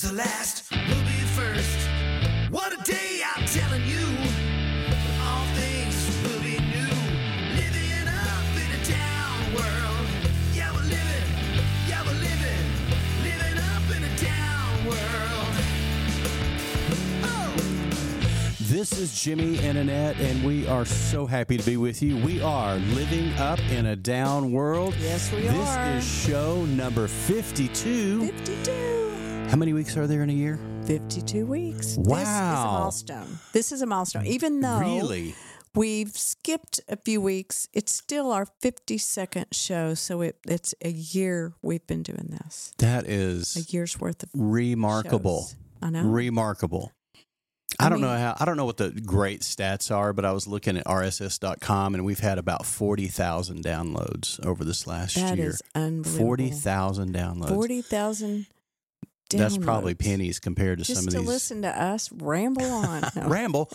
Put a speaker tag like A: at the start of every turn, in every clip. A: the last, we'll be first. What a day, I'm telling you. All things will be new. Living up in a down world. Yeah, we're living. Yeah, we're living. Living up in a down world. Oh!
B: This is Jimmy and Annette, and we are so happy to be with you. We are living up in a down world.
C: Yes, we
B: this
C: are.
B: This is show number 52.
C: 52.
B: How many weeks are there in a year?
C: 52 weeks. This is a
B: Wow.
C: milestone. This is a milestone. Even though
B: Really?
C: we've skipped a few weeks, it's still our 52nd show. So it, it's a year we've been doing this,
B: That
C: a
B: is
C: year's worth of.
B: remarkable.
C: shows. I know.
B: Remarkable. I, don't know how I don't know what the great stats are, but I was looking at rss.com and we've had about 40,000 downloads over this last
C: That
B: year.
C: is unbelievable.
B: 40,000 downloads.
C: 40,000.
B: That's probably
C: downloads.
B: pennies compared to
C: Just
B: some of
C: to
B: these
C: listen to us ramble on. No.
B: ramble.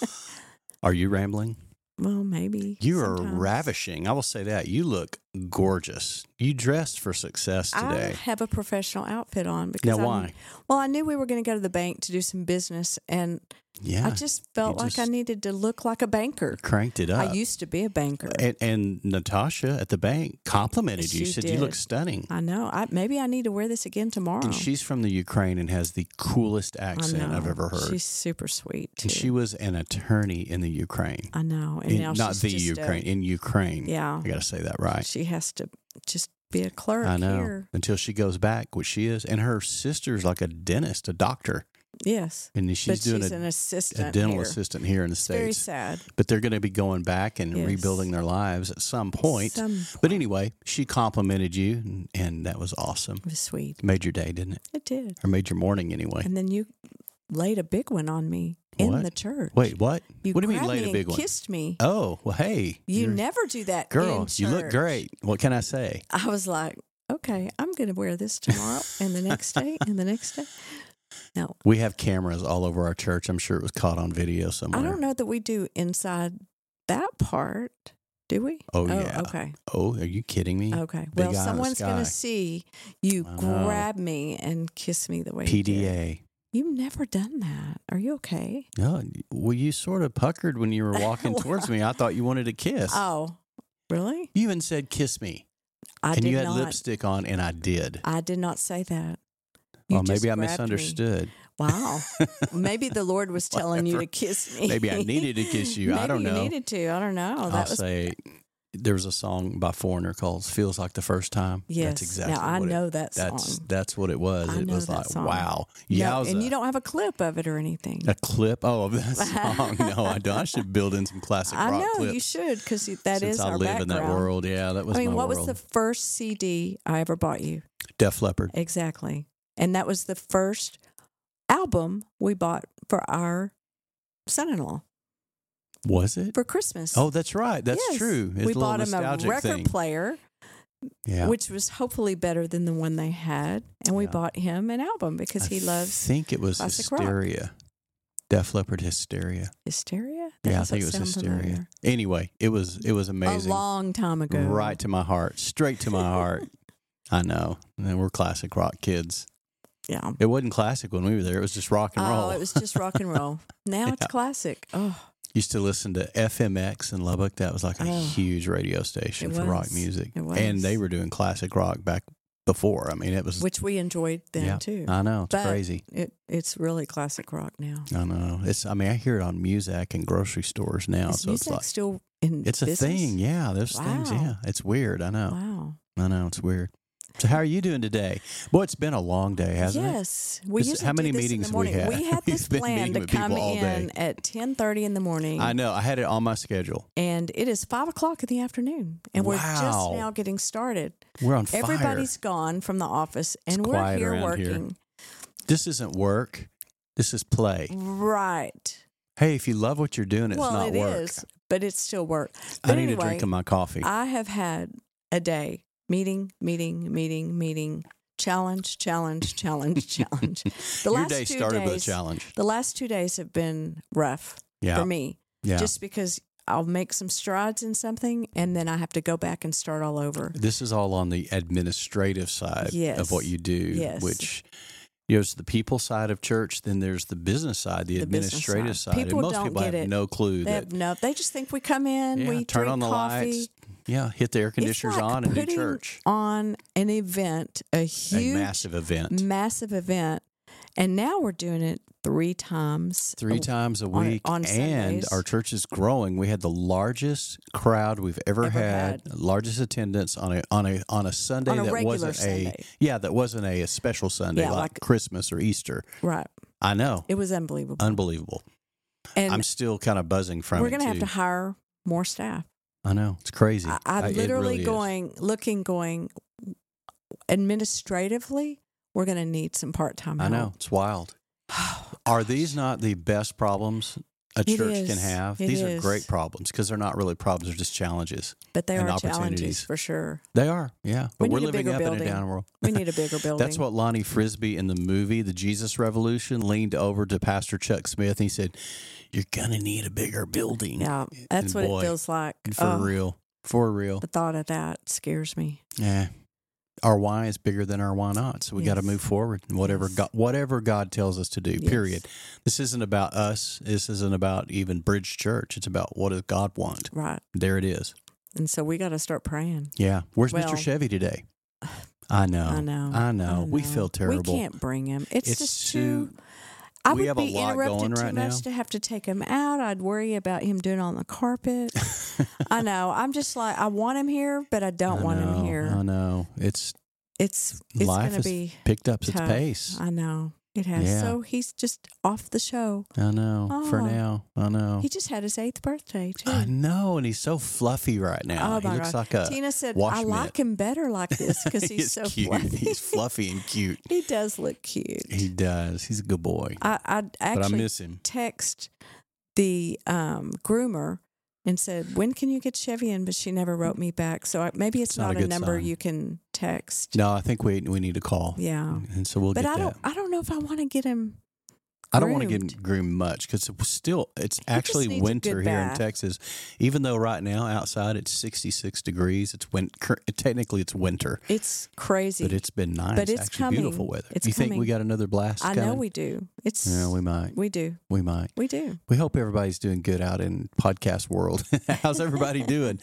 B: Are you rambling?
C: well, maybe.
B: You are
C: sometimes.
B: ravishing. I will say that. You look gorgeous. You dressed for success
C: I
B: today.
C: have a professional outfit on because
B: Now,
C: I'm-
B: why?
C: Well, I knew we were going to go to the bank to do some business, and
B: yeah.
C: I just felt
B: you
C: like
B: just-
C: I needed to look like a banker.
B: cranked it up.
C: I used to be a banker.
B: and, and Natasha at the bank complimented you.
C: She
B: Said you look
C: did.
B: stunning.
C: I know. I maybe I need to wear this again tomorrow.
B: And she's from the Ukraine and has the coolest
C: I
B: accent I've
C: know.
B: ever heard.
C: She's super sweet. Too.
B: and she was an attorney in the Ukraine.
C: I know. And
B: In-
C: now
B: not
C: she's
B: the
C: just a-
B: Ukraine, in Ukraine.
C: yeah.
B: I got to say that right.
C: She has to just be a clerk
B: I know.
C: here.
B: Until she goes back, which she is, and her sister's like a dentist, a doctor,
C: Yes.
B: and she's
C: but
B: doing
C: she's
B: a,
C: an assistant.
B: a dental
C: here.
B: assistant here in the
C: It's very
B: states.
C: sad.
B: But they're going to be going back and
C: Yes.
B: rebuilding their lives at some point.
C: Some
B: But anyway, she complimented you, and, and that was awesome.
C: it was sweet.
B: Made your day, didn't it?
C: It did.
B: Or made your morning anyway.
C: And then you laid a big one on me
B: What?
C: in the church.
B: Wait, what?
C: You
B: what do you mean
C: grabbed
B: laid
C: me
B: a big
C: and
B: one?
C: Kissed me.
B: Oh, well, hey.
C: You
B: you're-
C: never do that,
B: Girl,
C: in
B: you look
C: church.
B: great. What can I say?
C: I was like, okay, I'm going to wear this tomorrow and the next day and the next day. No,
B: We have cameras all over our church. I'm sure it was caught on video somewhere.
C: I don't know that we do inside that part, do we?
B: Oh, yeah.
C: Okay.
B: Oh, are you kidding me?
C: Okay. Well,
B: eye in the
C: someone's going to
B: sky.
C: see you
B: I know.
C: grab me and kiss me the way you did.
B: PDA.
C: You've never done that. Are you okay?
B: No, well, you sort of puckered when you were walking
C: Well,
B: towards me. I thought you wanted to kiss.
C: Oh, really?
B: you even said kiss me,
C: I
B: and
C: did
B: you had
C: not.
B: lipstick on, and I did.
C: I did not say that. You
B: well,
C: just
B: maybe I
C: grabbed me. Oh,
B: misunderstood.
C: Wow. maybe the Lord was telling you to
B: Whatever.
C: kiss me.
B: Maybe I needed to kiss you.
C: Maybe
B: I don't know.
C: You needed to. I don't know.
B: I'll
C: that was
B: say there was a song by Foreigner called "Feels Like the First Time."
C: yes.
B: that's exactly.
C: now I
B: what it-
C: know that
B: that's
C: song.
B: that's what it was.
C: I
B: it
C: know
B: was
C: that
B: like
C: song.
B: wow,
C: No,
B: yowza.
C: and you don't have a clip of it or anything.
B: a clip. Oh, of that song. no, I don't. I should build in some classic
C: I
B: rock
C: know
B: clips.
C: you should because that
B: Since
C: is
B: I
C: our
B: live in
C: background.
B: that world, yeah, that was
C: I mean,
B: my
C: what
B: world.
C: was the first CD I ever bought you?
B: Def Leppard.
C: Exactly, and that was the first album we bought for our son-in-law
B: Was it?
C: for Christmas.
B: Oh, that's right. That's
C: Yes.
B: true. It's
C: we
B: a little
C: bought him a
B: nostalgic
C: record
B: thing.
C: player,
B: yeah.
C: which was hopefully better than the one they had, and we
B: Yeah.
C: bought him an album because he loves
B: I think it was
C: classic rock.
B: Hysteria. Def Leopard Hysteria.
C: Hysteria.
B: yeah, I
C: doesn't
B: think it was
C: sound
B: Hysteria.
C: familiar.
B: Anyway, it was it was amazing.
C: A long time ago.
B: Right to my heart, straight to my heart. I know. And we're classic rock kids.
C: Yeah.
B: It wasn't classic when we were there. It was just rock and roll.
C: Oh, it was just rock and roll. Now it's
B: Yeah.
C: classic. Oh,
B: Used to listen to FMX in Lubbock. That was like a
C: Oh.
B: huge radio station
C: It
B: for rock
C: was.
B: music.
C: It
B: And
C: was.
B: they were doing classic rock back before. I mean, it was
C: which we enjoyed then
B: yeah, Uh,
C: too.
B: I know. It's
C: But-
B: crazy.
C: It it's really classic rock now.
B: I know. It's. I mean, I hear it on Muzak and grocery stores now.
C: Is
B: so it's
C: music
B: like
C: still in
B: it's a
C: business?
B: thing. Yeah, there's things.
C: Wow.
B: Yeah, it's weird. I know.
C: Wow.
B: I know. It's weird. So how are you doing today? Boy, it's been a long day, hasn't it?
C: yes. We
B: This-
C: used
B: how many
C: do this in
B: meetings
C: the
B: we
C: morning.
B: had?
C: We had
B: We've
C: this
B: been
C: plan
B: meeting
C: to
B: with people
C: come
B: all day.
C: in at ten thirty in the morning.
B: I know. I had it on my schedule.
C: and it is five o'clock in the afternoon, and we're just
B: Wow.
C: now getting started.
B: We're on fire.
C: Everybody's gone from the office, and we're
B: quiet
C: here
B: around here.
C: working.
B: This isn't work. This is play.
C: Right.
B: Hey, if you love what you're doing, it's
C: Mm. well,
B: not
C: it is,
B: work.
C: but it's still work.
B: I
C: But
B: need a
C: anyway, uh,
B: drink of my coffee.
C: I have had a day meeting, meeting, meeting, meeting, challenge, challenge, challenge, challenge. The
B: Your
C: last
B: day
C: two
B: started
C: days,
B: with a challenge.
C: The last two days have been rough
B: Yeah.
C: for me,
B: yeah.
C: just because I'll make some strides in something, and then I have to go back and start all over.
B: This is all on the administrative side of what
C: Yes.
B: you do,
C: Yes.
B: which You know, it's the people side of church, then there's the business side, the,
C: The business
B: administrative
C: side.
B: side.
C: People
B: and most
C: don't
B: people
C: get
B: have
C: it.
B: no clue
C: They
B: that
C: have no. They just think we come in,
B: yeah,
C: we
B: turn
C: drink
B: on the
C: coffee.
B: lights. Yeah, hit the air
C: It's
B: conditioners
C: like
B: on and do
C: putting
B: church.
C: On an event, a huge,
B: a massive event.
C: massive event, and now we're doing it three times.
B: Three times a
C: oh, on-
B: week,
C: on
B: and
C: Sundays.
B: our church is growing. We had the largest crowd we've ever,
C: Ever
B: had, largest attendance on a on a on a Sunday
C: On a
B: that
C: regular
B: wasn't
C: Sunday.
B: a yeah that wasn't a, a special Sunday
C: Yeah,
B: like,
C: like-
B: Christmas or Easter.
C: Right.
B: I know,
C: It was unbelievable.
B: unbelievable.
C: and
B: I'm still kind of buzzing from
C: we're
B: it.
C: going to have
B: too.
C: to hire more staff.
B: I know it's crazy.
C: I,
B: I-
C: I'm
B: it
C: literally
B: really is.
C: going, looking, going, administratively, we're going to need some part time
B: I know it's wild. Are these not the best problems a
C: Oh, It
B: church can
C: is.
B: have?
C: It
B: these are
C: is.
B: great problems because they're not really problems; they're just challenges.
C: But they
B: and
C: are challenges
B: opportunities.
C: for sure.
B: They are, yeah. But
C: We
B: are
C: need a
B: living
C: bigger
B: up in a
C: building.
B: down world.
C: We need a bigger building.
B: That's what Lonnie Frisbee in the movie The Jesus Revolution leaned over to Pastor Chuck Smith. And he said, "You're gonna need a bigger building."
C: Yeah,
B: And
C: that's what
B: boy,
C: it feels like.
B: and for
C: Oh,
B: real, for real.
C: The thought of that scares me.
B: Yeah. Eh, Our why is bigger than our why not, so we got to
C: Yes.
B: move forward. and Whatever
C: Yes.
B: God, whatever God tells us to do.
C: Yes.
B: Period. This isn't about us. This isn't about even Bridge Church. It's about what does God want.
C: Right.
B: There it is.
C: And so we got to start praying.
B: Yeah. Where's
C: Well-
B: Mr. Chevy today? I know.
C: I know.
B: I know. We feel terrible.
C: We can't bring him. It's,
B: It's
C: just
B: too-
C: too. I
B: we
C: would
B: have a
C: be
B: lot
C: interrupted
B: going
C: too
B: right
C: much
B: now.
C: to have to take him out. I'd worry about him doing it on the carpet. I know. I'm just like I want him here, but I don't
B: I
C: want
B: know,
C: him here.
B: I know. It's
C: It's it's
B: life
C: gonna
B: has
C: be
B: picked up its
C: tough.
B: pace.
C: I know it has.
B: Yeah.
C: So he's just off the show.
B: I know. For
C: Oh.
B: now, I know.
C: He just had his eighth birthday too.
B: Oh. I know, and he's so fluffy right now.
C: Oh
B: he
C: my
B: looks
C: God.
B: like a
C: Tina said,
B: wash
C: "I
B: mitt."
C: like him better like this because he's, so
B: cute.
C: fluffy.
B: He's fluffy and cute.
C: he does look cute.
B: He does. He's a good boy.
C: I, I actually
B: but I miss him.
C: text the um, groomer and said, "When can you get Chevy in?" But she never wrote me back, so I, maybe it's, not, a,
B: good
C: number
B: sign.
C: you can text.
B: No, I think we we need to call.
C: Yeah,
B: And so we'll
C: but
B: get
C: I
B: that.
C: don't. I don't know if I want to get him.
B: I don't want to get
C: groomed.
B: groomed much because it's still it's
C: just
B: actually
C: needs a
B: winter
C: good
B: here in
C: bath.
B: Texas. Even though right now outside it's 66 degrees, it's win- cur- technically it's winter,
C: It's crazy.
B: but it's been nice.
C: But it's
B: actually
C: coming.
B: beautiful weather.
C: It's
B: you think we
C: coming.
B: got another blast?
C: I know
B: coming?
C: we do. It's
B: Yeah, we might.
C: we do.
B: We might.
C: We do.
B: We hope everybody's doing good out in podcast world. How's everybody doing?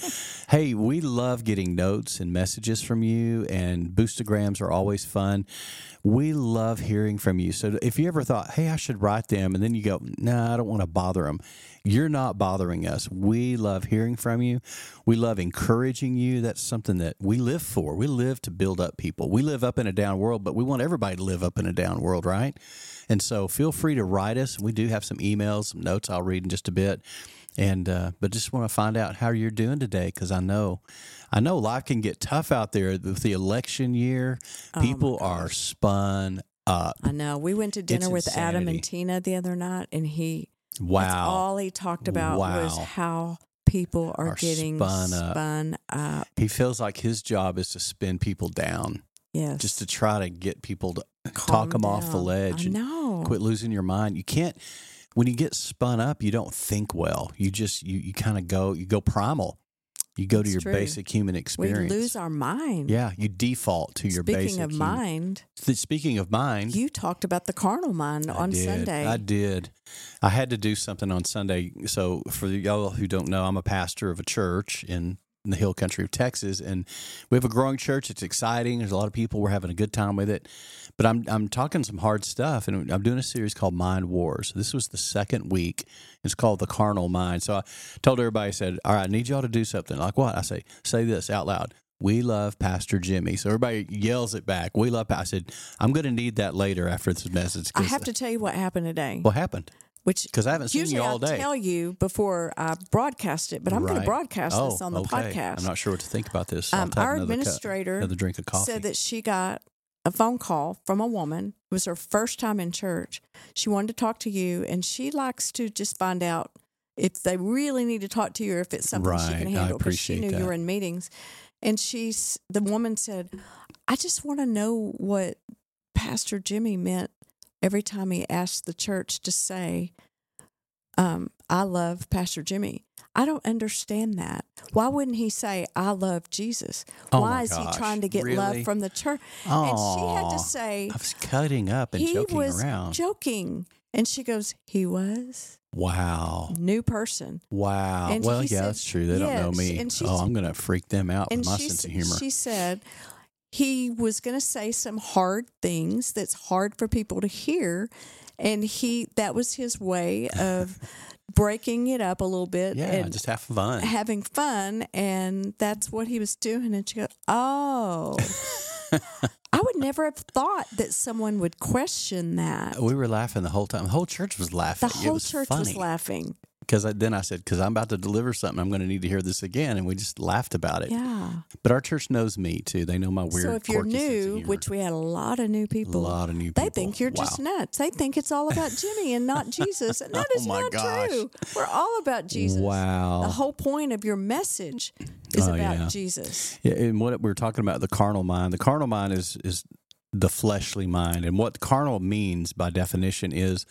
B: hey, we love getting notes and messages from you, and boostograms are always fun. We love hearing from you. So if you ever thought, hey, I should write them, and then you go, no, I don't want to bother them, you're not bothering us. We love hearing from you. We love encouraging you. That's something that we live for. We live to build up people. We live up in a down world, but we want everybody to live up in a down world, right? And so feel free to write us. We do have some emails, some notes I'll read in just a bit. And uh, but just want to find out how you're doing today because I know, I know life can get tough out there with the election year.
C: Oh,
B: People are spun up.
C: Um, I know. We went to dinner with Adam
B: insanity.
C: and Tina the other night, and he That's
B: Wow,
C: all he talked about was
B: Wow.
C: how people are,
B: Are
C: getting
B: spun up.
C: spun up.
B: he feels like his job is to spin people down,
C: Yes.
B: just to try to get people to
C: Calm
B: talk them off the
C: down.
B: ledge
C: I
B: and
C: know.
B: quit losing your mind. You can't when you get spun up, you don't think well. You just you you kind of go you go primal. You go to
C: It's
B: your
C: true.
B: basic human
C: we
B: experience.
C: lose our mind.
B: yeah, you default to your basic.
C: Speaking of
B: human-
C: mind,
B: Th- speaking of mind,
C: you talked about the carnal mind
B: I
C: on
B: did.
C: Sunday.
B: I did. I had to do something on Sunday. So for y'all who don't know, I'm a pastor of a church in in the hill country of Texas, and we have a growing church. It's exciting. There's a lot of people. We're having a good time with it. But I'm I'm talking some hard stuff, and I'm doing a series called Mind Wars. This was the second week. It's called the Carnal Mind. So I told everybody, I said, "All right, I need y'all to do something." Like what? I say, say this out loud. We love Pastor Jimmy. So everybody yells it back. We love. Pa-" I said, I'm going to need that later after this message.
C: I
B: 'cause
C: have to tell you what happened today,
B: what happened?
C: which
B: Because I haven't seen
C: usually
B: you all
C: I'll
B: day.
C: tell you before I broadcast it, but I'm going
B: Right.
C: to broadcast this
B: Oh,
C: on the
B: okay.
C: podcast.
B: I'm not sure what to think about this. I'll
C: Um,
B: have
C: our
B: another cu-
C: administrator
B: another drink of coffee.
C: said that she got a phone call from a woman. It was her first time in church. She wanted to talk to you, and she likes to just find out if they really need to talk to you or if it's something she
B: Right.
C: can
B: I
C: handle. because
B: appreciate
C: she knew
B: that.
C: you were in meetings, and she's the woman said, "I just want to know what Pastor Jimmy meant every time he asked the church to say." Um, I love Pastor Jimmy. I don't understand that. Why wouldn't he say, I love Jesus?
B: Oh,
C: Why
B: my
C: is he
B: gosh.
C: trying to get
B: Really?
C: love from the church? And she had
B: Aw.
C: to say,
B: I was cutting up and
C: he
B: joking
C: was
B: around.
C: joking. And she goes, he was
B: wow.
C: new person.
B: Wow.
C: And
B: well, yeah,
C: he said,
B: that's true. They don't know
C: yes,
B: me.
C: and she
B: Oh,
C: s-
B: I'm going to freak them out with
C: And
B: my
C: she,
B: sense
C: s-
B: of humor.
C: she said he was going to say some hard things that's hard for people to hear. And he that was his way of breaking it up a little bit
B: yeah,
C: and
B: just have fun.
C: having fun and that's what he was doing and she goes oh i would never have thought that someone would question that
B: we were laughing the whole time. The whole church was laughing.
C: the
B: it
C: whole
B: was
C: church
B: funny.
C: was laughing
B: Because then I said, because I'm about to deliver something, I'm going to need to hear this again. And we just laughed about it.
C: yeah
B: But our church knows me too. They know my weird.
C: so if you're
B: quirky sense of
C: new
B: humor.
C: which we had a lot of new
B: a
C: people
B: lot of new people,
C: they think you're just
B: Wow.
C: nuts. They think it's all about Jimmy and not Jesus. And that
B: Oh
C: is
B: my
C: not
B: gosh.
C: true. We're all about Jesus.
B: Wow.
C: The whole point of your message is
B: Oh,
C: about
B: yeah.
C: Jesus.
B: Yeah, and what we were talking about the carnal mind. The carnal mind is is the fleshly mind, and what carnal means by definition is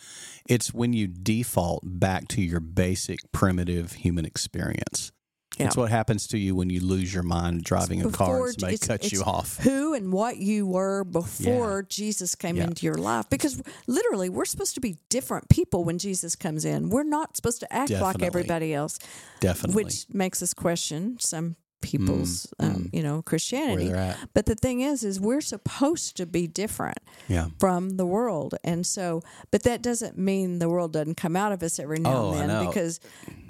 B: it's when you default back to your basic primitive human experience.
C: Yeah.
B: It's what happens to you when you lose your mind driving a car
C: Before
B: and somebody
C: it's-
B: cuts
C: it's
B: you off.
C: Who and what you were before Jesus came
B: Yeah.
C: into your life. Because literally, we're supposed to be different people when Jesus comes in. We're not supposed to act like
B: Definitely.
C: everybody else,
B: Definitely. Mm,
C: which makes us question some people's, um, you know, Christianity.
B: they're at.
C: But the thing is, is we're supposed to be different
B: yeah.
C: from the world. And so, but that doesn't mean the world doesn't come out of us every now
B: Oh, I
C: and
B: know.
C: then because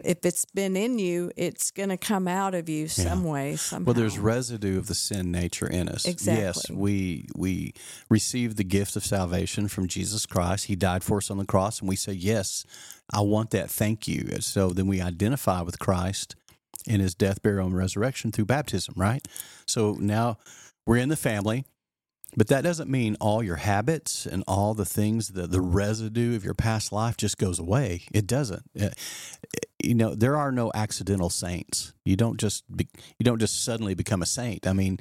C: if it's been in you, it's going to come out of you some way, somehow.
B: Well, there's residue of the sin nature in us. Yes,
C: Exactly.
B: we we receive the gift of salvation from Jesus Christ. He died for us on the cross, and we say, "Yes, I want that. Thank you." And so then we identify with Christ in His death, burial, and resurrection through baptism. Right. So now we're in the family. But that doesn't mean all your habits and all the things, the, the residue of your past life just goes away. It doesn't. Uh, you know there are no accidental saints you don't just be, you don't just suddenly become a saint i mean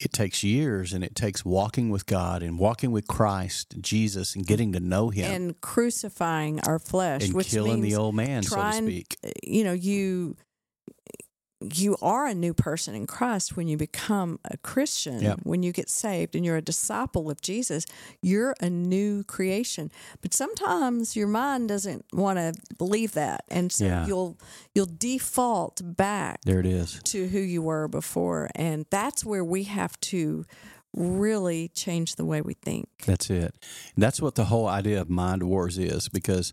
B: it takes years and it takes walking with god and walking with christ jesus and getting to know him
C: and crucifying our flesh,
B: and
C: which
B: killing
C: means
B: the old man so
C: trying- eh,
B: to speak
C: you know you you are a new person in Christ when you become a Christian,
B: Yep.
C: when you get saved and you're a disciple of Jesus, you're a new creation. But sometimes your mind doesn't want to believe that. And so
B: Yeah.
C: you'll you'll default back
B: there it is
C: to who you were before. And that's where we have to really change the way we think.
B: That's it. That's what the whole idea of mind wars is because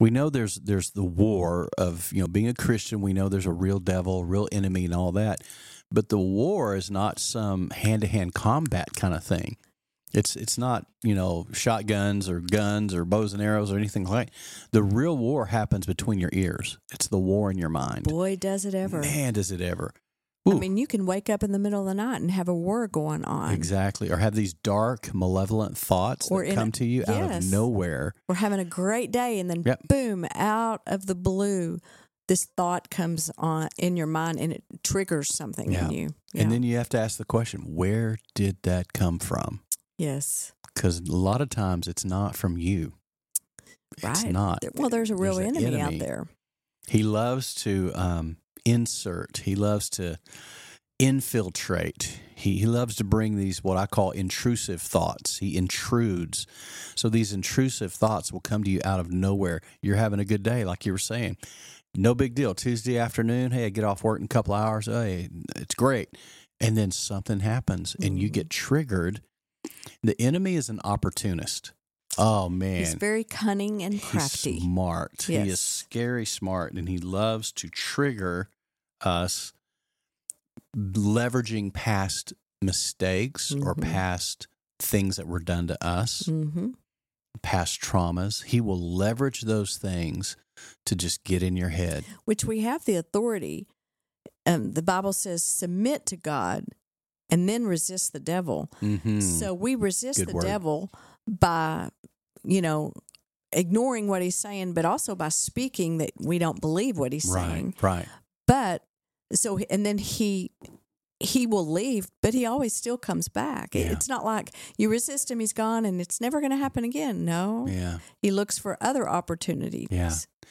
B: we know there's there's the war of, you know, being a Christian, we know there's a real devil, real enemy and all that. But the war is not some hand-to-hand combat kind of thing. It's it's not, you know, shotguns or guns or bows and arrows or anything like. The real war happens between your ears. It's the war in your mind.
C: Boy, does it ever.
B: Man, does it ever.
C: I
B: Ooh.
C: mean, you can wake up in the middle of the night and have a war going on.
B: Exactly. Or have these dark, malevolent thoughts
C: Or
B: that
C: in-
B: come to you out of
C: yes.
B: nowhere.
C: we're having a great day and then
B: Yep.
C: boom out of the blue this thought comes on in your mind and it triggers something
B: Yeah.
C: in you
B: And then you have to ask the question, where did that come from?
C: yes
B: Because a lot of times it's not from you.
C: right
B: not.
C: There- well there's a real
B: There's an
C: enemy,
B: enemy.
C: out there
B: He loves to um, insert, he loves to infiltrate. He, he loves to bring these, what I call intrusive thoughts. He intrudes. So these intrusive thoughts will come to you out of nowhere. You're having a good day, like you were saying. No big deal. Tuesday afternoon, hey, I get off work in a couple hours. Hey, it's great. And then something happens and you get triggered. The enemy is an opportunist. Oh, man.
C: he's very cunning and crafty
B: He's smart. He is
C: Yes.
B: scary smart, and he loves to trigger us, leveraging past mistakes or
C: Mhm.
B: past things that were done to us,
C: hmm
B: past traumas. He will leverage those things to just get in your head.
C: which we have the authority um, the bible says submit to god and then resist the devil
B: Mm-hmm.
C: So we resist
B: Good
C: the
B: word.
C: devil by, you know, ignoring what he's saying, but also by speaking that we don't believe what he's
B: right,
C: saying.
B: right.
C: But so and then he he will leave, but he always still comes back. It-
B: Yeah.
C: It's not like you resist Oh, him, he's gone, and it's never going to happen again. No,
B: Yeah.
C: he looks for other opportunities.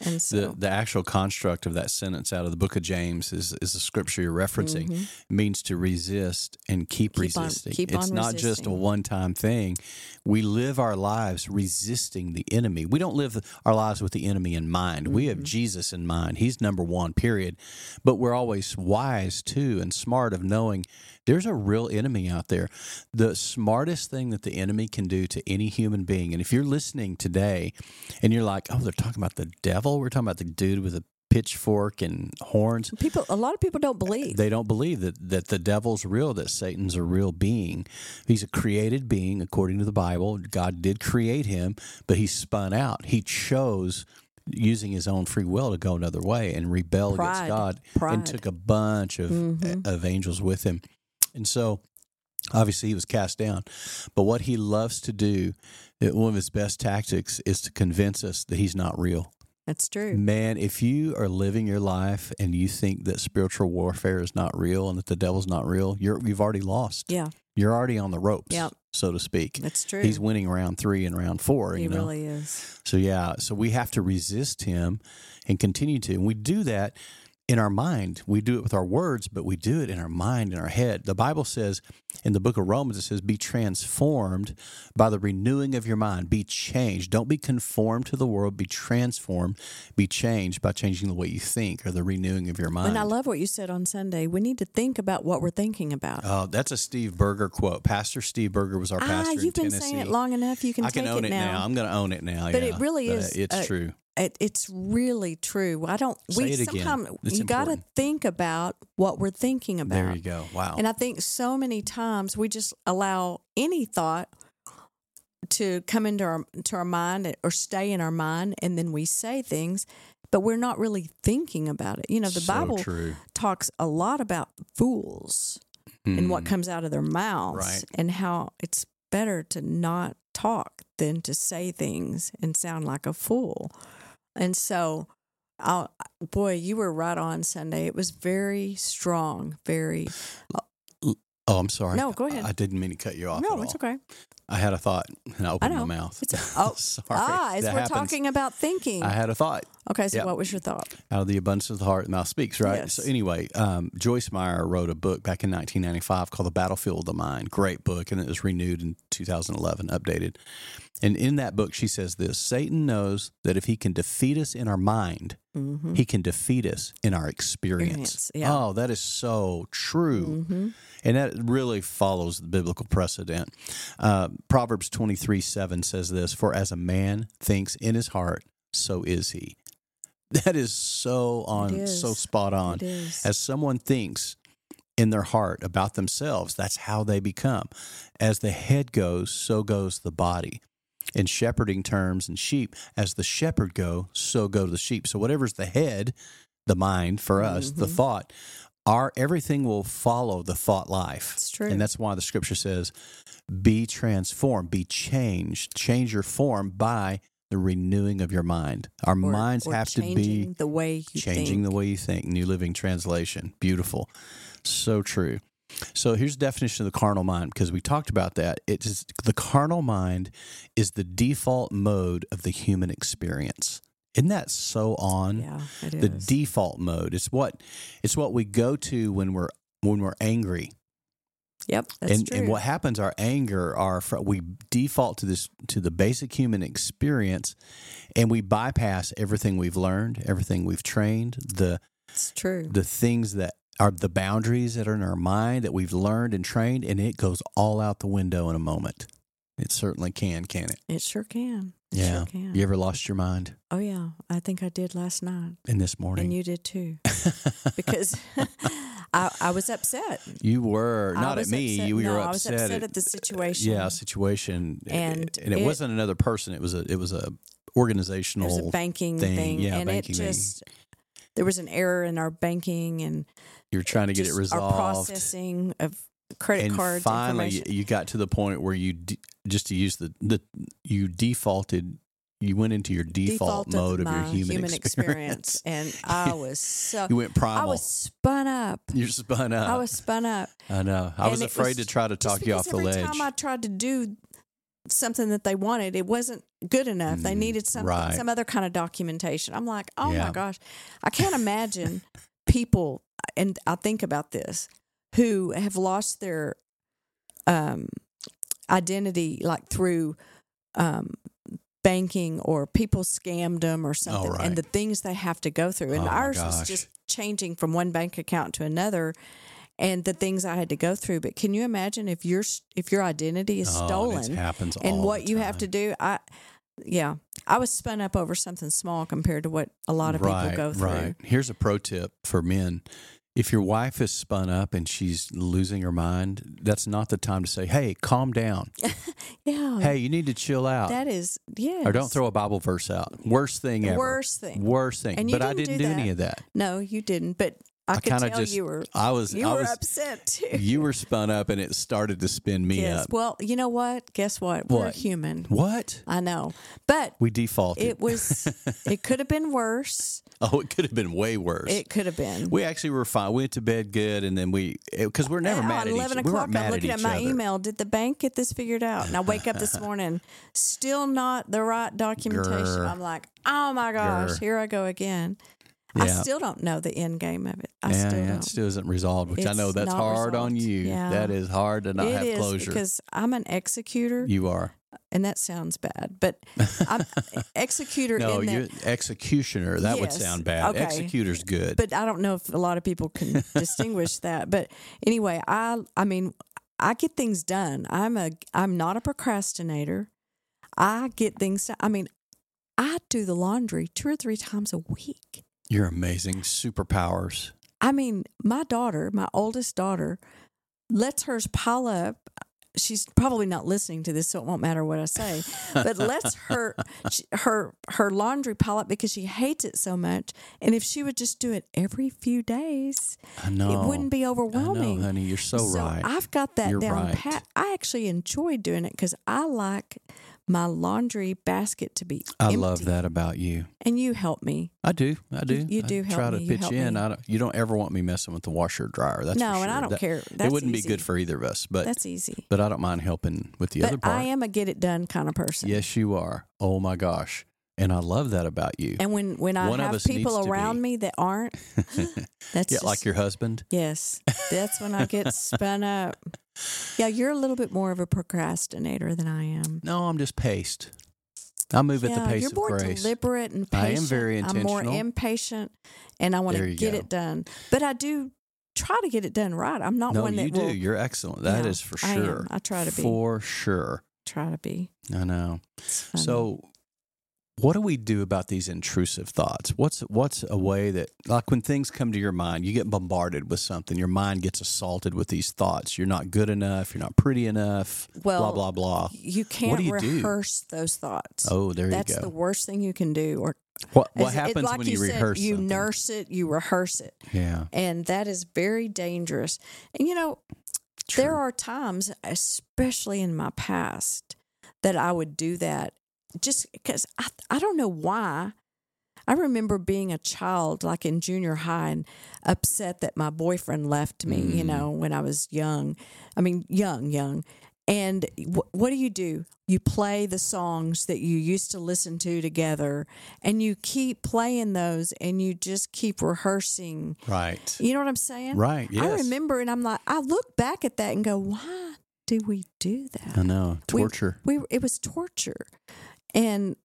C: And
B: the,
C: so-
B: the actual construct of that sentence out of the book of James is, is the scripture you're referencing
C: Mm-hmm.
B: It means to resist and keep,
C: Keep on-
B: resisting.
C: keep
B: it's
C: on
B: not just a
C: resisting.
B: one time thing. We live our lives resisting the enemy. We don't live our lives with the enemy in mind. We
C: Mm-hmm.
B: have Jesus in mind. He's number one, period. But we're always wise too and smart of knowing there's a real enemy out there. The smartest thing that the enemy can do to any human being, and if you're listening today and you're like, oh, they're talking about the devil, we're talking about the dude with a pitchfork and horns.
C: people, a lot of people don't believe.
B: They don't believe that that the devil's real, that Satan's a real being. He's a created being according to the Bible. God did create him, but he spun out. He chose using his own free will to go another way and rebel against
C: Pride.
B: God and
C: Pride. Mm-hmm.
B: took a bunch of of angels with him. And so obviously he was cast down. But what he loves to do, that one of his best tactics is to convince us that he's not real.
C: That's true.
B: Man, if you are living your life and you think that spiritual warfare is not real and that the devil's not real, you're you've already lost.
C: Yeah,
B: You're already on the ropes,
C: Yep.
B: so to speak.
C: that's true.
B: He's winning round three and round four.
C: he
B: you know?
C: really is.
B: So yeah, so we have to resist him and continue to. And we do that in our mind. We do it with our words, but we do it in our mind, in our head. The Bible says in the book of Romans, it says, be transformed by the renewing of your mind. Be changed. Don't be conformed to the world. Be transformed. Be changed by changing the way you think or the renewing of your mind.
C: And I love what you said on Sunday. We need to think about what we're thinking about.
B: Oh, that's a Steve Berger quote. Pastor Steve Berger was our
C: ah,
B: pastor in
C: you've been
B: Tennessee.
C: saying it long enough. You can
B: I
C: take
B: can own it, now. I'm going to own it now.
C: But
B: yeah.
C: it really is,
B: It's
C: uh,
B: true.
C: it, it's really true. I don't.
B: Say
C: we
B: it again.
C: sometimes
B: It's
C: you got to
B: important.
C: think about what we're thinking about.
B: There you go. Wow.
C: And I think so many times we just allow any thought to come into our to our mind or stay in our mind, and then we say things, but we're not really thinking about it. You know, the
B: So
C: Bible
B: true.
C: talks a lot about fools and
B: Hmm.
C: what comes out of their mouths,
B: Mm. Right.
C: and how it's better to not talk than to say things and sound like a fool. And so, I, boy, you were right on Sunday. It was very strong, very
B: Oh, I'm sorry.
C: No, go ahead.
B: I didn't mean to cut you off. at
C: No,
B: all.
C: it's okay.
B: I had a thought and I
C: I
B: opened
C: know.
B: my mouth.
C: It's- oh,
B: sorry.
C: Ah, as
B: That
C: we're
B: happens.
C: talking about thinking.
B: I had a thought.
C: okay, so
B: yeah.
C: what was your thought?
B: Out of the abundance of the heart, the mouth speaks, right?
C: Yes.
B: So, anyway, um, Joyce Meyer wrote a book back in 1995 called The Battlefield of the Mind. Great book. And it was renewed in 2011, updated. And in that book, she says this Satan knows that if he can defeat us in our mind,
C: Mm-hmm.
B: he can defeat us in our experience.
C: Mm. Experience, yeah. Mm-hmm.
B: Oh, that is so true. And that really follows the biblical precedent. Uh, Proverbs 23 7 says this For as a man thinks in his heart, so is he. That is so on,
C: is.
B: so spot on.
C: It is.
B: As someone thinks in their heart about themselves, that's how they become. As the head goes, so goes the body. In shepherding terms and sheep, as the shepherd go, so go the sheep. So whatever's the head, the mind for us,
C: Mm-hmm.
B: the thought, our everything will follow the thought life.
C: It's true.
B: And that's why the scripture says, be transformed, be changed, change your form by the renewing of your mind. Our
C: Or-
B: minds
C: or
B: have to be
C: changing the way you
B: changing the way you think. New Living Translation. Beautiful. So true. So here's the definition of the carnal mind because we talked about that. It is the carnal mind is the default mode of the human experience. Isn't that so on?
C: Yeah, it is.
B: the default mode. It's what it's what we go to when we're when we're angry.
C: yep, that's
B: and,
C: true.
B: and what happens? Our anger, our fr- we default to this to the basic human experience, and we bypass everything we've learned, everything we've trained, the
C: it's true.
B: the things that are the boundaries that are in our mind that we've learned and trained, and it goes all out the window in a moment. It certainly can, can it?
C: It sure can. It
B: Yeah.
C: sure can.
B: You ever lost your mind?
C: Oh yeah, I think I did last night,
B: And this morning,
C: and
B: you,
C: you did too, because I, I was upset.
B: were
C: I
B: not at
C: was
B: me.
C: upset.
B: You were
C: no,
B: upset,
C: I was upset at, the situation.
B: yeah situation,
C: And
B: and it,
C: it-
B: wasn't another person. It was a it was a
C: It
B: organizational
C: was a banking
B: thing,
C: thing,
B: yeah,
C: and
B: banking
C: it
B: thing.
C: just there was an error in our banking and
B: You're trying to get it
C: just our
B: resolved.
C: processing of credit
B: and
C: cards.
B: finally,
C: information.
B: you got to the point where you de- just to use the, the you defaulted. You went into your default,
C: default
B: mode of,
C: my
B: your human,
C: experience. and I was so
B: you went
C: I
B: primal.
C: was spun up.
B: You're spun up.
C: I was spun up.
B: I know. I
C: and
B: was
C: it was
B: afraid to try to
C: Just
B: talk you
C: because
B: off the
C: every
B: ledge.
C: time I tried to do something that they wanted. It wasn't good enough. They
B: Mm,
C: needed some
B: right.
C: some other kind of documentation. I'm like, oh
B: Yeah.
C: my gosh, I can't imagine people. And I think about this who have lost their um, identity, like through um, banking or people scammed them or something,
B: right.
C: and the things they have to go through. And
B: Oh, my
C: ours
B: gosh.
C: was just changing from one bank account to another and the things I had to go through. But can you imagine if your if your identity is
B: Oh, it
C: stolen
B: happens all
C: and
B: the
C: what you have to
B: time.
C: do? I yeah, I was spun up over something small compared to what a lot of
B: right,
C: people go through.
B: Right. Here's a pro tip for men. If your wife is spun up and she's losing her mind, that's not the time to say, "Hey, calm down.
C: Yeah,
B: hey, you need to chill out."
C: that is yes.
B: or don't throw a Bible verse out. Worst thing ever.
C: Worst thing.
B: Worst thing.
C: And you
B: but I
C: didn't
B: didn't do,
C: do
B: any
C: that.
B: of that.
C: No, you didn't. But I,
B: I
C: could
B: kinda
C: tell
B: just-
C: you were
B: I was-
C: you
B: I
C: were
B: was-
C: upset too.
B: You were spun up and it started to spin me
C: yes.
B: up.
C: Well, you know what? Guess what? We're
B: What?
C: human.
B: What?
C: I know, but
B: We defaulted.
C: it was. it could have been worse.
B: oh, it could have been way worse.
C: It could have been.
B: we actually were fine. We went to bed good, and then we because we're never
C: Oh,
B: mad at each.
C: eleven
B: We
C: o'clock,
B: weren't mad
C: I'm
B: at
C: looking at,
B: each
C: my
B: other.
C: email. Did the bank get this figured out? And I wake up this morning, still not the right documentation.
B: Grr.
C: I'm like, oh my gosh,
B: Grr.
C: here I go again. I
B: Yeah.
C: still don't know the end game of it. I
B: yeah,
C: still
B: yeah,
C: don't.
B: it still isn't resolved, which I know
C: It's
B: that's
C: not
B: hard on
C: resolved.
B: you.
C: Yeah.
B: That is hard to not
C: It
B: have
C: is
B: closure.
C: because I'm an executor,
B: you are
C: and that sounds bad, but I'm executor
B: no,
C: in that.
B: you're executioner. That would
C: Yes.
B: sound bad.
C: Okay.
B: Executor's good.
C: but I don't know if a lot of people can distinguish that. But anyway, I I mean, I get things done. I'm a I'm not a procrastinator. I get things done. I mean, I do the laundry two or three times a week.
B: you're amazing. Superpowers.
C: I mean, my daughter, my oldest daughter, lets hers pile up. She's probably not listening to this, so it won't matter what I say. But lets her she, her her laundry pile up because she hates it so much. And if she would just do it every few days,
B: I know.
C: it wouldn't be
B: I
C: overwhelming.
B: know, honey. You're so, right.
C: I've got that
B: You're
C: down
B: right.
C: pat. I actually enjoy doing it because I like my laundry basket to be.
B: I
C: empty.
B: love that about you.
C: and you help me.
B: I do. I do.
C: you do
B: I
C: help
B: try to
C: me, you
B: pitch
C: help
B: in.
C: me.
B: I don't, you don't ever want me messing with the washer or dryer. That's
C: No,
B: for
C: and I
B: sure.
C: don't
B: That-
C: care.
B: it
C: That's
B: wouldn't be good
C: easy.
B: for either of us. But
C: That's easy.
B: but I don't mind helping with the
C: but
B: other part.
C: I am a get it done kind of person.
B: yes, you are. Oh my gosh, and I love that about you.
C: And when when I
B: One of
C: have
B: us needs
C: people
B: to be.
C: around me that aren't, that's
B: yeah,
C: just,
B: like your husband.
C: yes, that's when I get spun up. Yeah, you're a little bit more of a procrastinator than I am.
B: No, I'm just paced. I move at the
C: Yeah,
B: pace
C: you're more
B: of grace.
C: deliberate and
B: I am
C: patient.
B: very
C: I'm
B: intentional.
C: more impatient, and I want
B: There
C: to
B: you
C: get
B: go.
C: it done. But I do try to get it done right. I'm not
B: no,
C: one that
B: you do.
C: will
B: You're excellent. That is
C: Yeah,
B: for
C: I am.
B: sure.
C: I try to be.
B: for sure.
C: try to be.
B: I know.
C: It's funny.
B: So, what do we do about these intrusive thoughts? What's what's a way that, like, when things come to your mind, you get bombarded with something. Your mind gets assaulted with these thoughts. You're not good enough. You're not pretty enough.
C: Well,
B: blah blah blah.
C: you can't
B: do you do?
C: rehearse those thoughts.
B: Oh, there
C: that's
B: you
C: the
B: go.
C: worst thing you can do. Or
B: what
C: It's-
B: what
C: it-
B: happens
C: like
B: when you,
C: said,
B: rehearse?
C: You
B: something?
C: nurse it, you rehearse it,
B: Yeah.
C: and that is very dangerous. And you know, there are times, especially in my past, that I would do that just because I, I don't know why. I remember being a child, like in junior high, and upset that my boyfriend left me, you know, when I was young. I mean, young, young. And wh- what do you do? You play the songs that you used to listen to together, and you keep playing those, and you just keep rehearsing.
B: Right.
C: You know what I'm saying?
B: Right. Yes.
C: I remember, and I'm like, I look back at that and go, why do we do that?
B: I know.
C: We-
B: Torture.
C: We, it was torture, and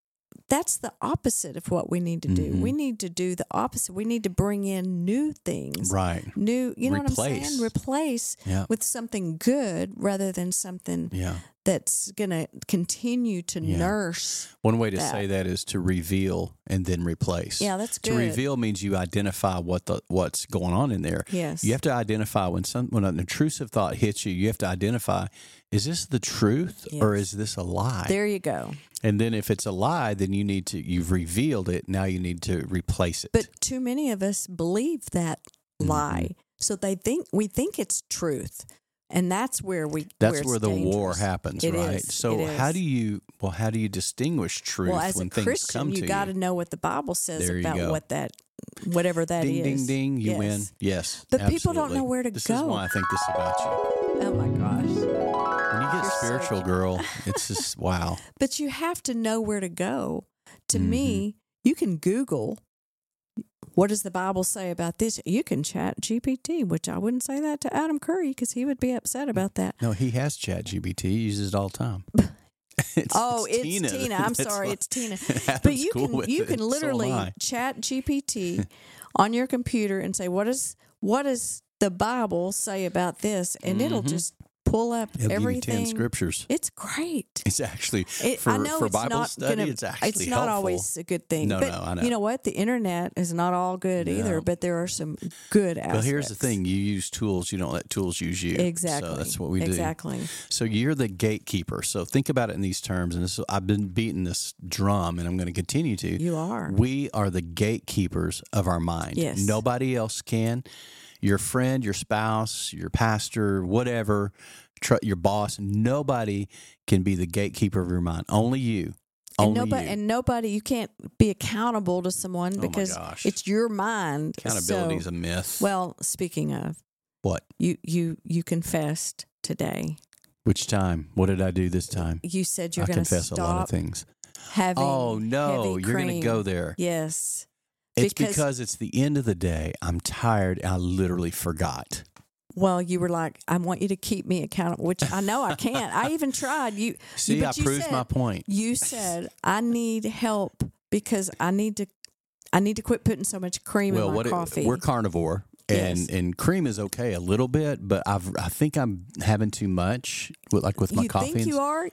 C: that's the opposite of what we need to do.
B: Mhm.
C: We need to do the opposite. We need to bring in new things,
B: right.
C: new. You know what I'm
B: Replace.
C: saying? Replace
B: Yeah.
C: with something good rather than something
B: Yeah.
C: that's going to continue to
B: Yeah.
C: nurse.
B: One way to
C: that.
B: say that is to reveal and then replace.
C: Yeah, that's
B: To
C: good.
B: reveal means you identify what the what's going on in there.
C: Yes.
B: You have to identify when some when an intrusive thought hits you, you have to identify is this the truth or is this a lie?
C: There you go.
B: and then if it's a lie, then you need to you've revealed it, now you need to replace it.
C: But too
B: Mm-hmm.
C: many of us believe that lie. So they think we think it's truth. and that's where we
B: That's
C: it's
B: where the war
C: dangerous.
B: happens,
C: It
B: right?
C: is,
B: So
C: it
B: how
C: is.
B: do you well how do you distinguish truth
C: well as
B: when
C: a
B: things
C: Christian
B: come to
C: you got to know what the Bible says
B: There you
C: about
B: go.
C: what that whatever that is.
B: ding ding ding, you
C: Yes.
B: win. Yes.
C: But people don't
B: absolutely.
C: know where to
B: this is
C: go.
B: why I think this about you.
C: Oh my gosh!
B: When you get
C: You're so
B: spiritual,
C: cute.
B: girl, it's just wow.
C: But you have to know where to go. To
B: Mhm.
C: me, you can Google. What does the Bible say about this? You can chat GPT, which I wouldn't say that to Adam Curry because he would be upset about that.
B: No, he has chat GBT. He uses it all the time. It's,
C: oh, it's Tina. I'm
B: That's
C: sorry,
B: why-
C: it's Tina.
B: Adam's
C: But you
B: cool
C: can
B: with
C: you
B: it.
C: can
B: So am
C: literally
B: I.
C: chat GPT on your computer and say what is what does the Bible say about this, and it'll
B: Mhm.
C: just pull up
B: He'll give you
C: everything.
B: ten scriptures.
C: It's great.
B: It's actually
C: It,
B: for,
C: I know
B: for
C: it's
B: Bible
C: not
B: study.
C: gonna,
B: it's actually
C: it's not
B: helpful.
C: always a good thing.
B: No,
C: but
B: no, I know.
C: You know what? The internet is not all good either,
B: No.
C: but there are some good aspects.
B: Well, here's the thing: you use tools. You don't let tools use you.
C: Exactly.
B: So that's what we do.
C: Exactly.
B: So you're the gatekeeper. So think about it in these terms. And this, I've been beating this drum, and I'm going to continue to.
C: You are.
B: We are the gatekeepers of our mind.
C: Yes.
B: Nobody else can. Your friend, your spouse, your pastor, whatever, tr- your boss, nobody can be the gatekeeper of your mind. Only you.
C: and
B: Only
C: nobody,
B: you. Oh
C: and nobody, you can't be accountable to someone
B: my
C: because
B: gosh.
C: it's your mind.
B: Accountability
C: so-
B: is a myth.
C: Well, speaking of,
B: what?
C: you you you confessed today.
B: Which time? What did I do this time?
C: You said you're
B: I
C: going to
B: confess
C: stop
B: a lot of things.
C: having.
B: Oh no,
C: heavy
B: you're going to
C: cream.
B: go there.
C: Yes,
B: It's
C: Because-
B: because, it's the end of the day. I'm tired. I literally forgot.
C: Well, you were like, I want you to keep me accountable, which I know I can't. I even tried. You
B: See,
C: but
B: I
C: you
B: proved
C: said,
B: my point.
C: You said I need help because I need to. I need to quit putting so much cream
B: Well,
C: in my
B: what it-
C: coffee.
B: we're carnivore, and
C: Yes.
B: and cream is okay a little bit, but I've I think I'm having too much, with, like with my
C: you
B: coffee.
C: think
B: and
C: you are?
B: s-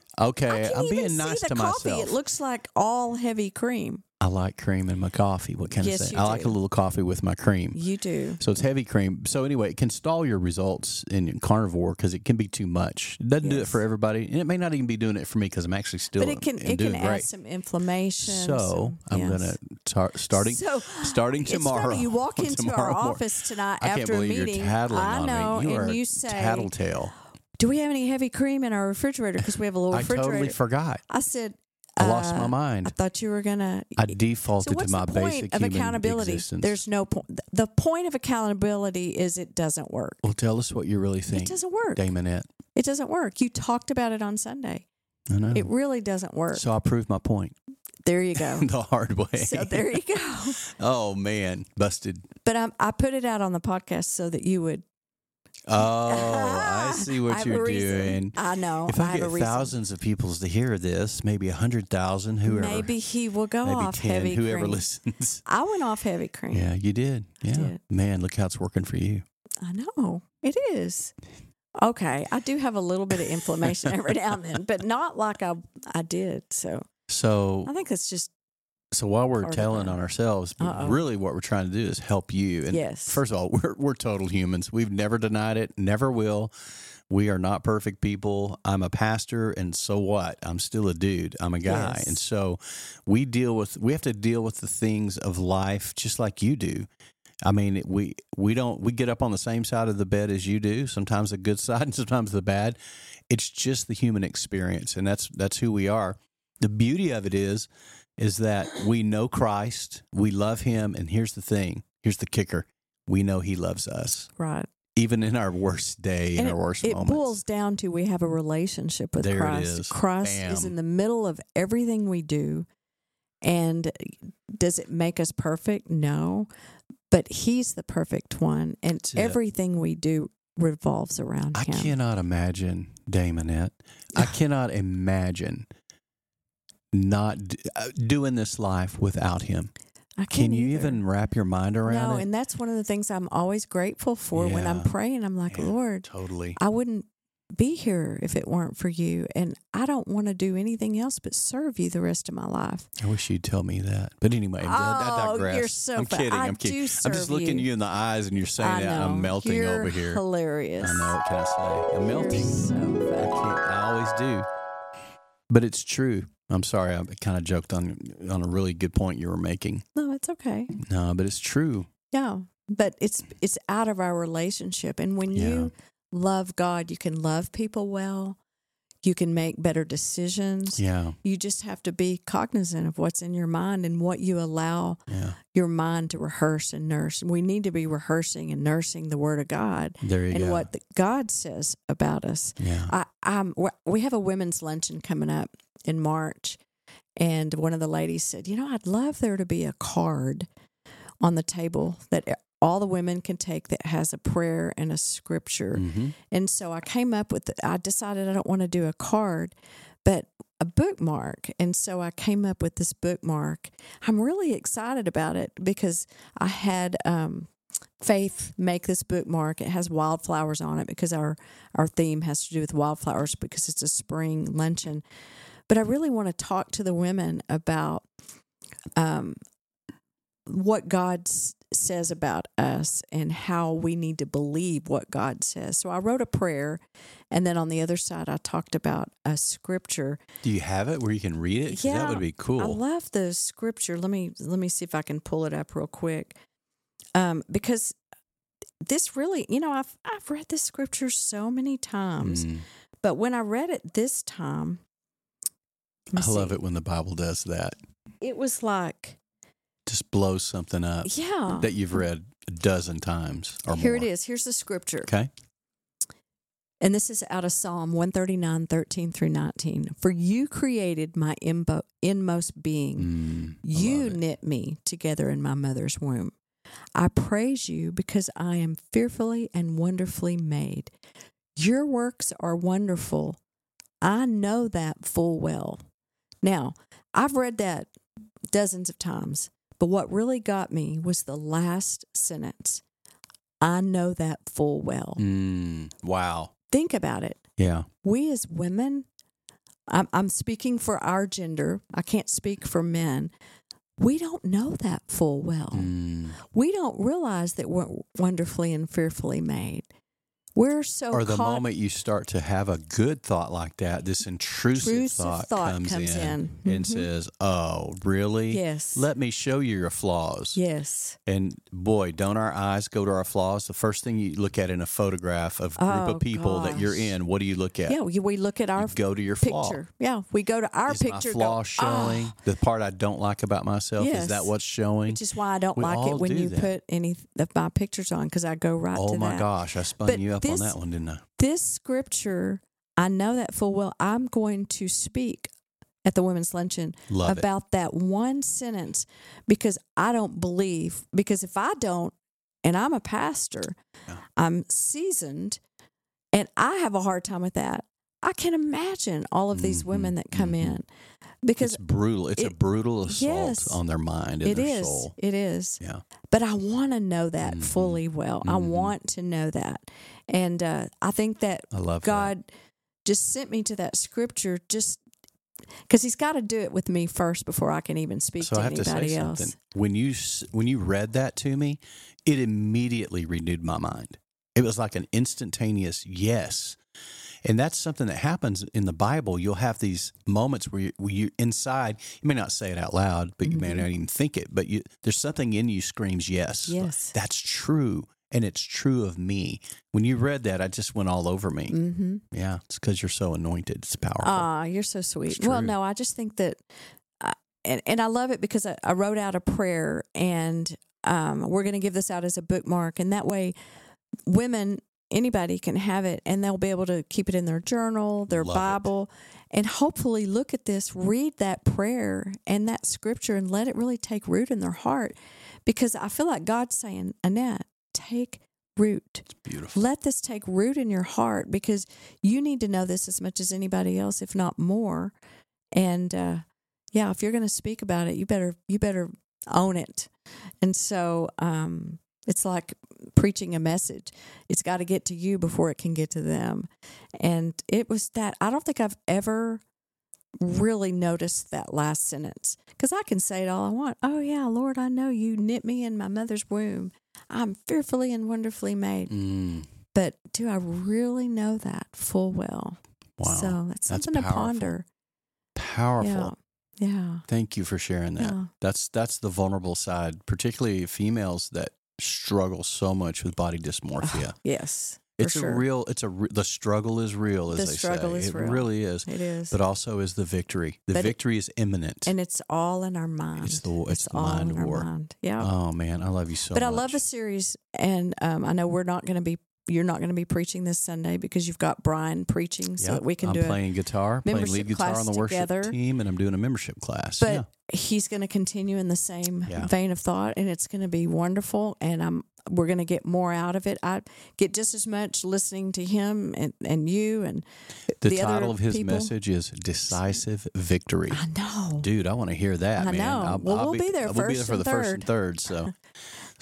C: I
B: Okay,
C: can
B: I'm
C: even
B: being
C: see
B: nice
C: the
B: to
C: coffee.
B: myself.
C: It looks like all heavy cream.
B: I like cream in my coffee. What can
C: Yes,
B: I say?
C: you
B: I like
C: do.
B: a little coffee with my cream.
C: You do.
B: So it's heavy cream. So anyway, it can stall your results in carnivore because it can be too much. It doesn't do it
C: Yes.
B: for everybody, and it may not even be doing it for me because I'm actually still.
C: But it can
B: am
C: it
B: doing
C: can add
B: great.
C: some inflammation.
B: So
C: some-
B: I'm
C: yes.
B: gonna tar- starting
C: So,
B: starting
C: it's
B: tomorrow.
C: funny, you walk into our
B: tomorrow morning.
C: office tonight
B: I can't
C: after a
B: believe
C: meeting.
B: you're tattling
C: I know,
B: on me. You
C: and
B: are
C: you
B: a
C: say,
B: tattletale.
C: "Do we have any heavy cream in our refrigerator?" Because we have a little
B: I
C: refrigerator.
B: totally forgot.
C: I said,
B: I lost my
C: uh,
B: mind.
C: I thought you were gonna.
B: I
C: so
B: defaulted
C: what's
B: to my
C: the point
B: basic
C: of
B: human
C: accountability?
B: existence.
C: There's no point. th- The point of accountability is it doesn't work.
B: well, tell us what you really think.
C: It doesn't work.
B: Damonette.
C: It doesn't work. You talked about it on Sunday.
B: I know.
C: It really doesn't work.
B: Oh. so I proved my point
C: there you go.
B: the hard way.
C: so there you go.
B: oh man, busted.
C: But I, I put it out on the podcast so that you would.
B: Oh, I see what
C: I have a
B: you're
C: reason.
B: doing.
C: I know.
B: If I,
C: have
B: get
C: a reason.
B: thousands of people to hear this, maybe a hundred thousand, whoever,
C: maybe he will go
B: maybe
C: off
B: ten,
C: heavy
B: whoever
C: cream.
B: listens.
C: I went off heavy cream.
B: Yeah, you did. Yeah.
C: did.
B: Man, look how it's working for you.
C: I know it is. Okay, I do have a little bit of inflammation every now and then, but not like I I did. So I
B: So
C: think it's just
B: so while we're
C: Part of
B: telling
C: that.
B: on ourselves, but
C: Uh-oh.
B: really what we're trying to do is help you. And
C: Yes.
B: first of all, we're we're total humans. We've never denied it, never will. We are not perfect people. I'm a pastor and so what? I'm still a dude. I'm a guy.
C: Yes.
B: And so we deal with we have to deal with the things of life just like you do. I mean, we we don't we get up on the same side of the bed as you do. Sometimes the good side and sometimes the bad. It's just the human experience, and that's that's who we are. The beauty of it is, is that we know Christ, we love Him, and here's the thing. Here's the kicker: we know He loves us,
C: right.
B: even in our worst day, in
C: and
B: our worst
C: it, it
B: moments.
C: boils down to we have a relationship with
B: There it
C: Christ.
B: is.
C: Christ is
B: Bam.
C: in the middle of everything we do, and uh, does it make us perfect? No, but He's the perfect one, and
B: That's it.
C: everything we do revolves around
B: I
C: Him.
B: cannot imagine Damonette. I cannot imagine not d- uh, doing this life without Him.
C: I
B: Can
C: can't
B: you
C: either.
B: even wrap your mind around
C: No,
B: it?
C: and that's one of the things I'm always grateful for when I'm
B: Yeah.
C: praying. I'm like,
B: Yeah,
C: Lord,
B: Totally.
C: I wouldn't be here if it weren't for you. And I don't want to do anything else but serve you the rest of my life.
B: I wish you'd tell me that. But anyway, uh, I, I
C: Oh,
B: digress.
C: you're so
B: I'm
C: fu-
B: kidding.
C: I
B: I'm kidding.
C: do
B: I'm just
C: serve
B: looking
C: you.
B: you in the eyes and you're saying
C: I
B: that and
C: know.
B: I'm melting
C: You're
B: over here.
C: Hilarious.
B: I know. What can I say? I'm
C: You're
B: melting.
C: so
B: I,
C: funny.
B: can't, I always do. But it's true. I'm sorry. I kind of joked on on a really good point you were making.
C: No, it's okay.
B: No, but it's true.
C: No, but it's it's out of our relationship, and when
B: Yeah.
C: you love God, you can love people well, you can make better decisions.
B: Yeah.
C: You just have to be cognizant of what's in your mind and what you allow
B: Yeah.
C: your mind to rehearse and nurse. We need to be rehearsing and nursing the Word of God
B: There you
C: and
B: go.
C: what the, God says about us.
B: yeah.
C: I, I'm, we're- we have a women's luncheon coming up in March, and one of the ladies said, "You know, I'd love there to be a card on the table that e, all the women can take that has a prayer and a scripture."
B: mm-hmm.
C: And so I came up with, I decided I don't want to do a card, but a bookmark. And so I came up with this bookmark. I'm really excited about it because I had um, Faith make this bookmark. It has wildflowers on it because our, our theme has to do with wildflowers because it's a spring luncheon. But I really want to talk to the women about um, what God s- says about us and how we need to believe what God says. So I wrote a prayer, and then on the other side, I talked about a scripture.
B: Do you have it where you can read it? 'Cause
C: Yeah,
B: That would be cool.
C: I love the scripture. Let me let me see if I can pull it up real quick, um, because this really, you know, I've I've read this scripture so many times,
B: Mm.
C: but when I read it this time, let
B: I
C: me
B: love
C: see.
B: it when the Bible does that.
C: It was like,
B: Just blows something up
C: yeah.
B: Uh, that you've read a dozen times or
C: Here
B: more.
C: it is. Here's the scripture.
B: Okay.
C: And this is out of Psalm 139, 13 through 19. For you created my inbo- inmost being.
B: Mm, I
C: you
B: love it.
C: knit me together in my mother's womb. I praise you because I am fearfully and wonderfully made. Your works are wonderful. I know that full well. Now, I've read that dozens of times, but what really got me was the last sentence I know that full well.
B: Mm, wow.
C: Think about it
B: Yeah.
C: we as women, I'm, I'm speaking for our gender, I can't speak for men. We don't know that full well.
B: Mm.
C: We don't realize that we're wonderfully and fearfully made. We're so
B: or the
C: caught,
B: moment you start to have a good thought like that, this intrusive,
C: Intrusive
B: thought,
C: thought
B: comes,
C: comes
B: in,
C: in.
B: and
C: Mhm.
B: says, "Oh, really?
C: Yes.
B: Let me show you your flaws."
C: yes.
B: And boy, don't our eyes go to our flaws? The first thing you look at in a photograph of a group
C: Oh,
B: of people that you're
C: gosh.
B: in, what do you look at?
C: Yeah. we we look at our
B: You go to your flaw.
C: picture. Yeah. We go to our
B: is
C: picture. go,
B: my flaw
C: "Ah,"
B: showing? The part I don't like about myself is that
C: Yes.
B: what's showing?
C: Which is why I don't
B: We
C: like
B: all
C: it when
B: do
C: you
B: that.
C: put any of my pictures on because I go right
B: oh
C: to
B: my
C: that.
B: gosh, I spun
C: But
B: you up
C: this-
B: on that one, didn't I?
C: this scripture, I know that full well. I'm going to speak at the women's luncheon
B: Love it.
C: about that one sentence because I don't believe, because if I don't, and I'm a pastor, I'm seasoned, and I have a hard time with that. I can imagine all of
B: Mm-hmm,
C: these women that come in because
B: It's brutal. It's a
C: it-
B: brutal assault
C: yes.
B: on their mind and
C: it
B: their
C: is.
B: soul. Mm-hmm,
C: It is.
B: Yeah.
C: But I want to know that fully well. I
B: mm-hmm.
C: want to know that. And uh, I think that
B: I love that.
C: God just sent me to that scripture just because He's got to do it with me first before I can even speak
B: So
C: to
B: I have to
C: anybody
B: say
C: else.
B: something. When you s- when you read that to me, it immediately renewed my mind. It was like an instantaneous yes. And that's something that happens in the Bible. You'll have these moments where you, where you inside, you may not say it out loud, but you may
C: Mm-hmm.
B: not even think it, but you, there's something in you screams yes.
C: Yes.
B: That's true. And it's true of me. When you read that, I just went all over me.
C: Mm-hmm.
B: Yeah. It's because you're so anointed. It's powerful.
C: Ah, you're so sweet.
B: It's
C: Well,
B: true.
C: no, I just think that, uh, and and I love it because I, I wrote out a prayer, and um, we're going to give this out as a bookmark, and that way, women, anybody can have it, and they'll be able to keep it in their journal, their
B: Love it.
C: Bible, and hopefully look at this, read that prayer and that scripture, and let it really take root in their heart, because I feel like God's saying, Annette, take root.
B: Beautiful.
C: Let this take root in your heart because you need to know this as much as anybody else, if not more. And uh, yeah, if you're going to speak about it, you better you better own it. And so um, it's like preaching a message. It's got to get to you before it can get to them. And it was that I don't think I've ever really noticed that last sentence because I can say it all I want. Oh yeah, Lord, I know you knit me in my mother's womb. I'm fearfully and wonderfully made.
B: Mm,
C: But do I really know that full well?
B: wow.
C: So that's something to
B: powerful.
C: ponder.
B: Powerful.
C: Yeah. Yeah.
B: Thank you for sharing that.
C: Yeah.
B: That's that's the vulnerable side, particularly females that struggle so much with body dysmorphia.
C: Yes.
B: It's
C: sure.
B: a real. It's a re- the struggle is real, as
C: The
B: they
C: struggle
B: say.
C: is
B: it
C: real.
B: really is.
C: It is.
B: But uh, also is the victory. The
C: But it-
B: victory is imminent.
C: and it's all in our mind.
B: It's the- it's the
C: all
B: mind
C: in our
B: war.
C: mind. Yeah.
B: oh man, I love you so.
C: but I
B: much.
C: love the series, and um, I know we're not going to be you're not going to be preaching this Sunday because you've got Brian preaching, so
B: Yep,
C: that we can
B: I'm
C: do it.
B: playing guitar, playing
C: membership
B: lead guitar
C: class
B: on the worship
C: together.
B: team, and I'm doing a membership class.
C: But
B: yeah.
C: he's going to continue in the same
B: Yeah.
C: vein of thought, and it's going to be wonderful. And I'm we're going to get more out of it. I get just as much listening to him and, and you and
B: The,
C: the other
B: title of his
C: people-
B: message is "Decisive Victory."
C: I know
B: Dude, I want to hear that.
C: I
B: man.
C: know.
B: I'll,
C: Well,
B: I'll
C: we'll be there
B: We'll be there
C: first
B: for
C: and
B: the first and third. So,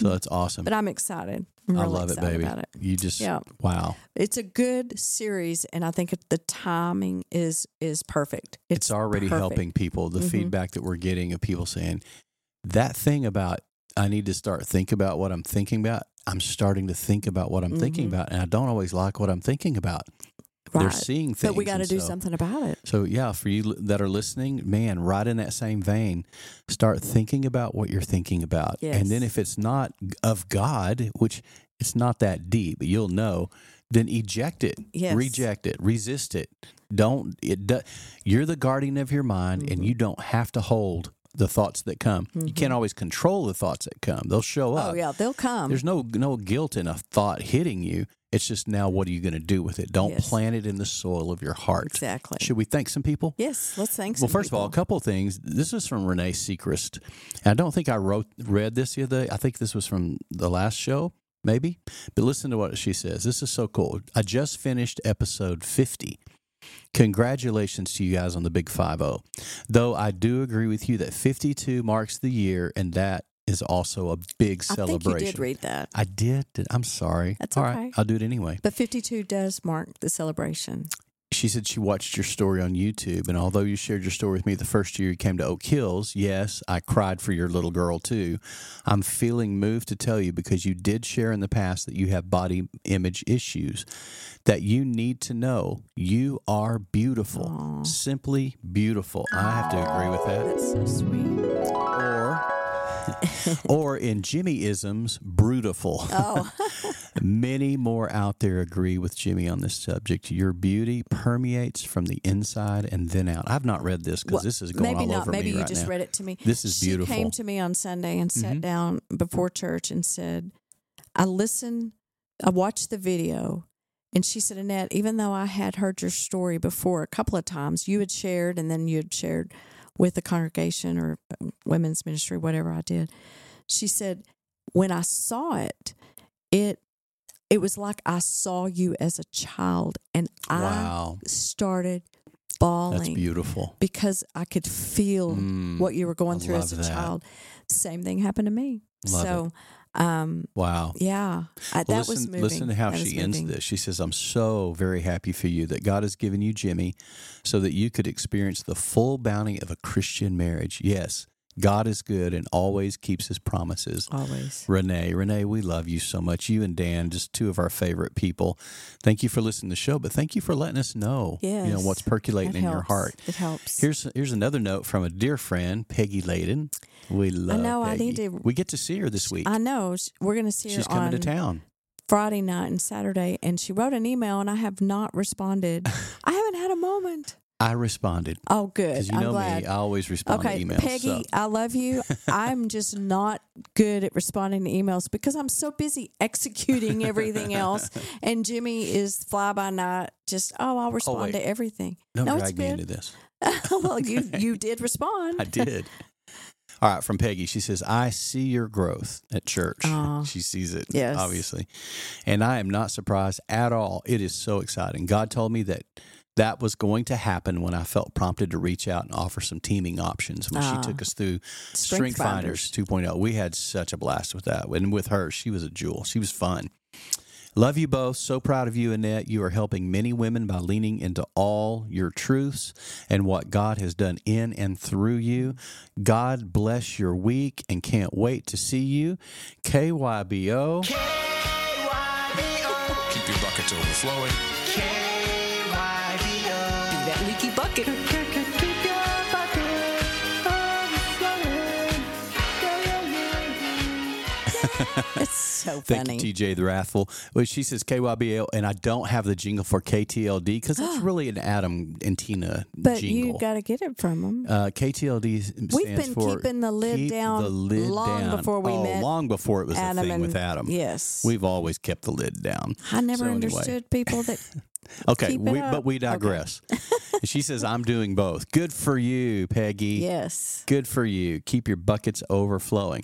B: so that's awesome.
C: but I'm excited. I'm
B: I
C: really
B: love it,
C: excited
B: baby.
C: About it.
B: You just
C: Yeah.
B: wow.
C: It's a good series, and I think it- the timing is is perfect.
B: It's, already
C: perfect.
B: helping people. The
C: Mhm.
B: feedback that we're getting of people saying that thing about I need to start think about what I'm thinking about. I'm starting to think about what I'm thinking
C: Mhm.
B: about, and I don't always like what I'm thinking about. They're
C: right?
B: seeing things,
C: But we got to
B: and
C: do
B: so-
C: something about it.
B: So yeah, for you li- that are listening, man, right in that same vein, start thinking about what you're thinking about, and then
C: Yes.
B: if it's not g- of God, which it's not that deep, you'll know. Then eject it,
C: Yes.
B: reject it, resist it. Don't it? Do, you're the guardian of your mind,
C: Mm-hmm.
B: and you don't have to hold the thoughts that come. You can't always control the thoughts that come; they'll show up.
C: Oh yeah, they'll come.
B: There's no no guilt in a thought hitting you. It's just now, what are you going to do with it? Don't
C: Yes.
B: plant it in the soil of your heart.
C: Exactly.
B: Should we thank some people?
C: Yes, let's thank.
B: Well,
C: some
B: first of all, a
C: people.
B: couple of things. This is from Renee Sechrist. And I don't think I wrote read this the other day. I think this was from the last show, maybe. But listen to what she says. This is so cool. I just finished episode 50. Congratulations to you guys on the Big 50. Though I do agree with you that 52 marks the year and that is also a big
C: I think
B: celebration.
C: you did read that,
B: I did. Did- I'm sorry.
C: That's
B: All right,
C: okay.
B: I'll do it anyway.
C: but 52 does mark the celebration.
B: she said she watched your story on YouTube, and although you shared your story with me the first year you came to Oak Hills, yes, I cried for your little girl too. I'm feeling moved to tell you because you did share in the past that you have body image issues that you need to know you are beautiful, simply beautiful. I have to agree with that
C: That's so sweet.
B: or or in Jimmy isms, brutiful.
C: Oh.
B: Many more out there agree with Jimmy on this subject. Your beauty permeates from the inside and then out. I've not read this because
C: Well,
B: this is going
C: maybe
B: all
C: not.
B: over
C: maybe
B: me
C: you
B: right
C: just
B: now.
C: read it to me.
B: This is
C: she
B: beautiful. Mm-hmm.
C: came to me on Sunday and sat down before church and said, "I listened. I watched the video." And she said, Annette, even though I had heard your story before a couple of times, you had shared and then you had shared with the congregation or um, women's ministry, whatever I did. She said, when I saw it, it it was like I saw you as a child and
B: Wow.
C: I started
B: That's
C: bawling
B: beautiful.
C: because I could feel
B: Mm,
C: what you were going
B: I
C: through as a
B: love that.
C: child. Same thing happened to me.
B: Love
C: so, um,
B: Wow.
C: yeah, I, that
B: Well,
C: was
B: listen,
C: moving.
B: listen to how
C: That was
B: she ends
C: moving.
B: this. She says, I'm so very happy for you that God has given you Jimmy so that you could experience the full bounty of a Christian marriage. Yes, God is good and always keeps his promises.
C: Always.
B: Renee, Renee, we love you so much. You and Dan, just two of our favorite people. Thank you for listening to the show, but thank you for letting us know, you know,
C: Yes,
B: what's percolating
C: That
B: in your
C: helps.
B: heart.
C: It helps.
B: Here's here's another note from a dear friend, Peggy Layden. We love.
C: know, I
B: Peggy.
C: need to-
B: We get to see her this week.
C: I know sh- we're going to see
B: She's
C: her on
B: coming to town.
C: Friday night and Saturday, and she wrote an email, and I have not responded. I haven't had a moment.
B: I responded
C: Oh, good.
B: because you
C: I'm
B: know
C: glad.
B: me. I always respond
C: Okay,
B: to emails.
C: Peggy,
B: so-
C: I love you. I'm just not good at responding to emails because I'm so busy executing everything else. And Jimmy is fly by night. Just oh, I'll respond
B: wait.
C: to everything.
B: don't
C: no, it's
B: drag me into
C: good.
B: this.
C: well, you you did respond.
B: I did. All right, from Peggy. She says, I see your growth at church.
C: Aw.
B: she sees it,
C: Yes.
B: obviously. And I am not surprised at all. It is so exciting. God told me that that was going to happen when I felt prompted to reach out and offer some teaming options when
C: Ah.
B: she took us through Strength,
C: Strength
B: Finders 2.0. We had such a blast with that. And with her, she was a jewel. She was fun. Love you both. So proud of you, Annette. You are helping many women by leaning into all your truths and what God has done in and through you. God bless your week and can't wait to see you. KYBO.
D: Keep your buckets overflowing.
E: that leaky bucket.
C: It's so so
B: Thank
C: funny.
B: you, TJ the Wrathful. Well, she says KYBL, and I don't have the jingle for KTLD because it's really an Adam and Tina
C: But
B: jingle.
C: you got to get it from them.
B: uh, KTLD stands
C: We've been
B: for
C: keeping the lid
B: keep
C: down
B: the lid
C: long
B: down.
C: before we
B: oh,
C: met
B: long before it was a thing with Adam.
C: Yes.
B: We've always kept the lid down.
C: I never
B: So anyway.
C: understood people that.
B: Okay,
C: Keep it
B: we,
C: up.
B: but we
C: Okay.
B: digress. she says, I'm doing both. Good for you, Peggy.
C: yes.
B: Good for you. Keep your buckets overflowing.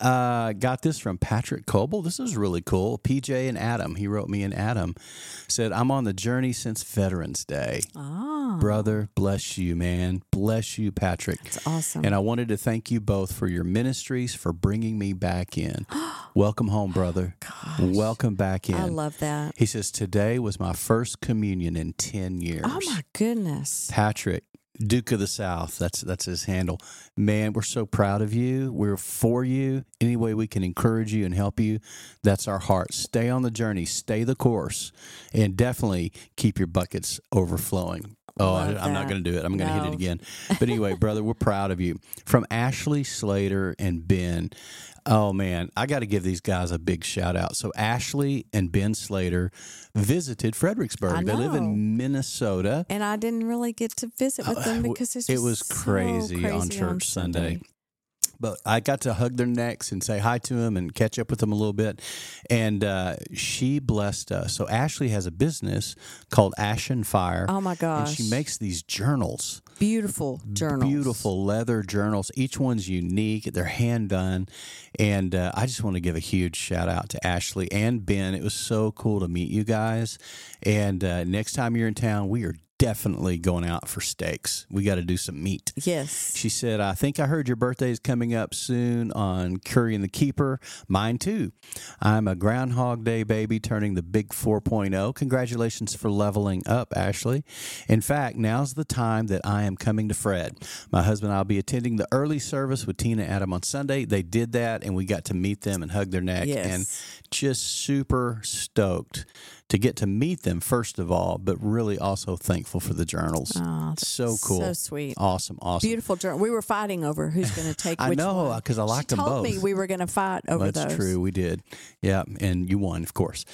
B: Uh, got this from Patrick Coble. This is really cool. PJ and Adam. He wrote me and Adam said, I'm on the journey since Veterans Day.
C: Ah,
B: Brother, bless you, man. Bless you, Patrick.
C: it's awesome.
B: And I wanted to thank you both for your ministries, for bringing me back in. Welcome home, brother. Welcome back in.
C: I love that.
B: He says, Today was my first communion in 10 years.
C: Oh my goodness.
B: Patrick, Duke of the South. That's that's his handle. Man, we're so proud of you. We're for you. Any way we can encourage you and help you, that's our heart. Stay on the journey, stay the course, and definitely keep your buckets overflowing. Oh, I,
C: Love
B: I'm not
C: that.
B: going to do it. I'm going to hit
C: No.
B: it again. But anyway, brother, we're proud of you. From Ashley Slater and Ben. Oh, man, I got to give these guys a big shout out. So, Ashley and Ben Slater visited Fredericksburg.
C: I
B: They live
C: know.
B: in Minnesota.
C: And I didn't really get to visit with them
B: Uh,
C: because it's
B: it
C: just
B: was
C: so
B: crazy, on church Sunday. But I got to hug their necks and say hi to them and catch up with them a little bit. And uh, she blessed us. So Ashley has a business called Ash and Fire.
C: Oh my
B: and
C: gosh.
B: she makes these journals,
C: beautiful journals.
B: beautiful leather journals. Each one's unique. They're hand done. And uh, I just want to give a huge shout out to Ashley and Ben. It was so cool to meet you guys. And uh, next time you're in town, we are definitely going out for steaks. We got to do some meat.
C: Yes.
B: She said, I think I heard your birthday is coming up soon on Curry and the Keeper. Mine too. I'm a Groundhog Day baby turning the big 4.0. Congratulations for leveling up, Ashley. In fact, now's the time that I am coming to Fred. My husband and I'll be attending the early service with Tina and Adam on Sunday. They did that and we got to meet them and hug their neck
C: Yes.
B: and just super stoked to get to meet them first of all, but really also thankful for the journals. so cool.
C: so sweet.
B: Awesome, awesome.
C: Beautiful journal. We were fighting over who's going to take
B: I
C: which
B: know,
C: one.
B: 'cause I
C: She
B: liked them
C: told me
B: both.
C: we were going to fight over
B: That's
C: those.
B: true. We did. Yeah. And you won, of course.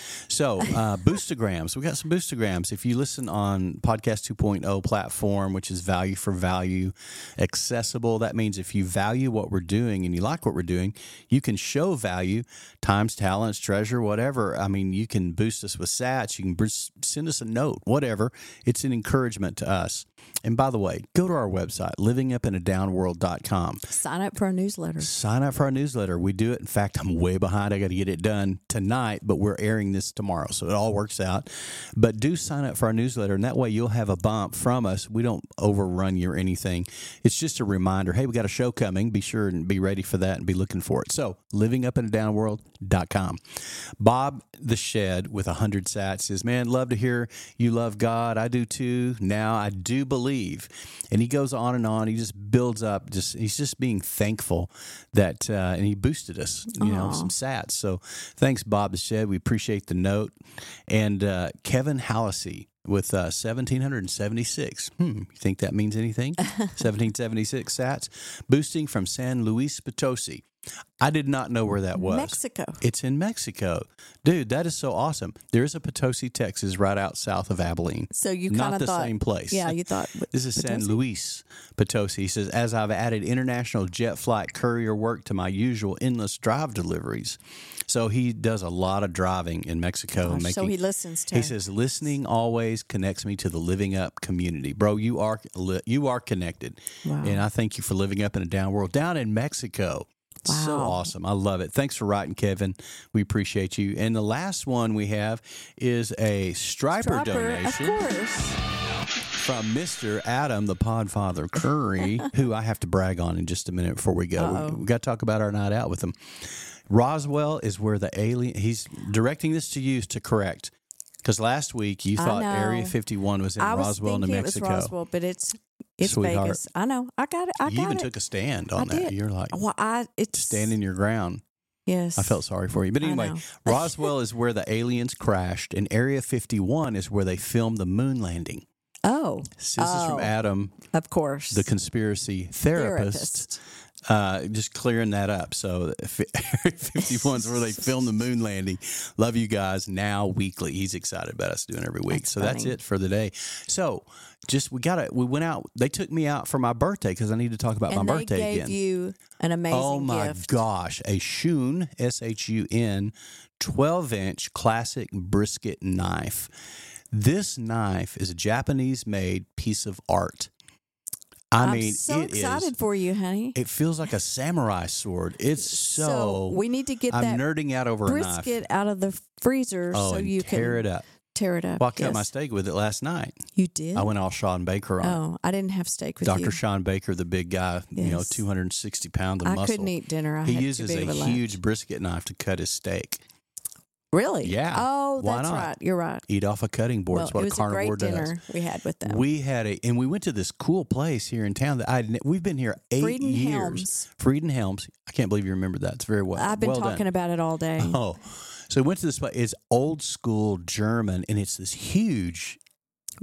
B: So, uh, boostograms. We got some boostograms. If you listen on Podcast 2.0 platform, which is value for value accessible, that means if you value what we're doing and you like what we're doing, you can show value, times, talents, treasure, whatever. I mean, you can boost us with sats. You can boost, send us a note, whatever. It's an encouragement to us. And by the way, go to our website, livingupinadownworld.com.
C: Sign up for our newsletter.
B: Sign up for our newsletter. We do it. In fact, I'm way behind. I got to get it done tonight, but we're airing this tomorrow. So it all works out. But do sign up for our newsletter, and that way you'll have a bump from us. We don't overrun you or anything. It's just a reminder hey, we got a show coming. Be sure and be ready for that and be looking for it. So, livingupinadownworld.com. Bob the Shed with 100 sats says, Man, love to hear you love God. I do too. Now I do believe. And he goes on and on. He just builds up. Just He's just being thankful that, uh, and he boosted us, you know, some sats. So thanks, Bob the Shed. We appreciate the note. And uh, Kevin Hallisey with uh, 1776. Hmm, you think that means anything? 1776 sats, boosting from San Luis Potosi. I did not know where that was.
C: Mexico.
B: It's in Mexico. Dude, that is so awesome. There is a Potosi, Texas, right out south of Abilene.
C: So you
B: Not
C: kind of
B: the
C: thought
B: same place.
C: Yeah, you thought
B: This is San Luis Potosi. He says, as I've added international jet flight courier work to my usual endless drive deliveries. So he does a lot of driving in Mexico. and
C: Gosh, so
B: making-
C: he listens to
B: He
C: her.
B: says, listening always connects me to the Living Up community. Bro, you are li- you are connected.
C: Wow.
B: And I thank you for living up in a down world down in Mexico. So
C: Wow.
B: awesome. I love it. Thanks for writing, Kevin. We appreciate you. And the last one we have is a striper,
C: proper, of
B: donation
C: course.
B: from Mr. Adam, the podfather Curry, who I have to brag on in just a minute before we go. We, got to talk about our night out with him. Roswell is where the alien, he's directing this to you to correct. Because last week you
C: I
B: thought
C: know.
B: Area 51 was in
C: I was
B: Roswell, New
C: thinking it was
B: Mexico.
C: Roswell, but it's it's
B: Sweetheart.
C: Vegas. I know. I got it. I
B: you
C: got
B: even
C: it.
B: took a stand on
C: I
B: that.
C: did.
B: You're like,
C: well, I it's
B: standing your ground.
C: Yes,
B: I felt sorry for you. But
C: I
B: anyway,
C: know.
B: Roswell is where the aliens crashed, and Area 51 is where they filmed the moon landing.
C: Oh,
B: So This is
C: Oh.
B: from Adam,
C: of course.
B: the conspiracy therapist. Uh, just clearing that up. So, if- Area 51's where they film the moon landing. Love you guys. Now weekly, he's excited about us doing every week.
C: That's
B: so that's
C: funny.
B: it for the day. So, just we got to We went out. They took me out for my birthday because I need to talk about
C: and
B: my
C: they
B: birthday
C: gave
B: again.
C: you an amazing
B: Oh my
C: gift.
B: gosh, a Shun S H U N 12 inch classic brisket knife. This knife is a Japanese made piece of art. I
C: am
B: mean,
C: so
B: it is-
C: excited for you, honey.
B: It feels like a samurai sword. It's so.
C: we need to get
B: I'm
C: that
B: nerding out over a
C: brisket
B: knife.
C: out of the freezer
B: Oh,
C: so
B: and
C: you
B: tear
C: can
B: it up.
C: tear it up.
B: Well, I cut my
C: yes.
B: steak with it last night.
C: You did.
B: I went all Sean Baker on it.
C: Oh, I didn't have steak with
B: Dr.
C: you.
B: Sean Baker, the big guy, you know,
C: Yes.
B: 260 pounds of
C: I
B: muscle.
C: couldn't eat dinner. I
B: he
C: had
B: uses
C: too
B: a
C: big of a lunch.
B: huge brisket knife to cut his steak.
C: Really?
B: Yeah,
C: Oh,
B: why
C: that's
B: not?
C: right. You're right.
B: eat off a cutting board.
C: well,
B: It's what
C: it
B: a
C: was a,
B: carnivore
C: great
B: does.
C: dinner we had with them.
B: We had a, and we went to this cool place here in town that I would we've been here eight
C: Frieden
B: years.
C: Helms.
B: Frieden Helms. I can't believe you remember that. It's very well.
C: I've been
B: well
C: talking
B: done.
C: about it all day.
B: Oh, so we went to this place. It's old school German, and it's this huge.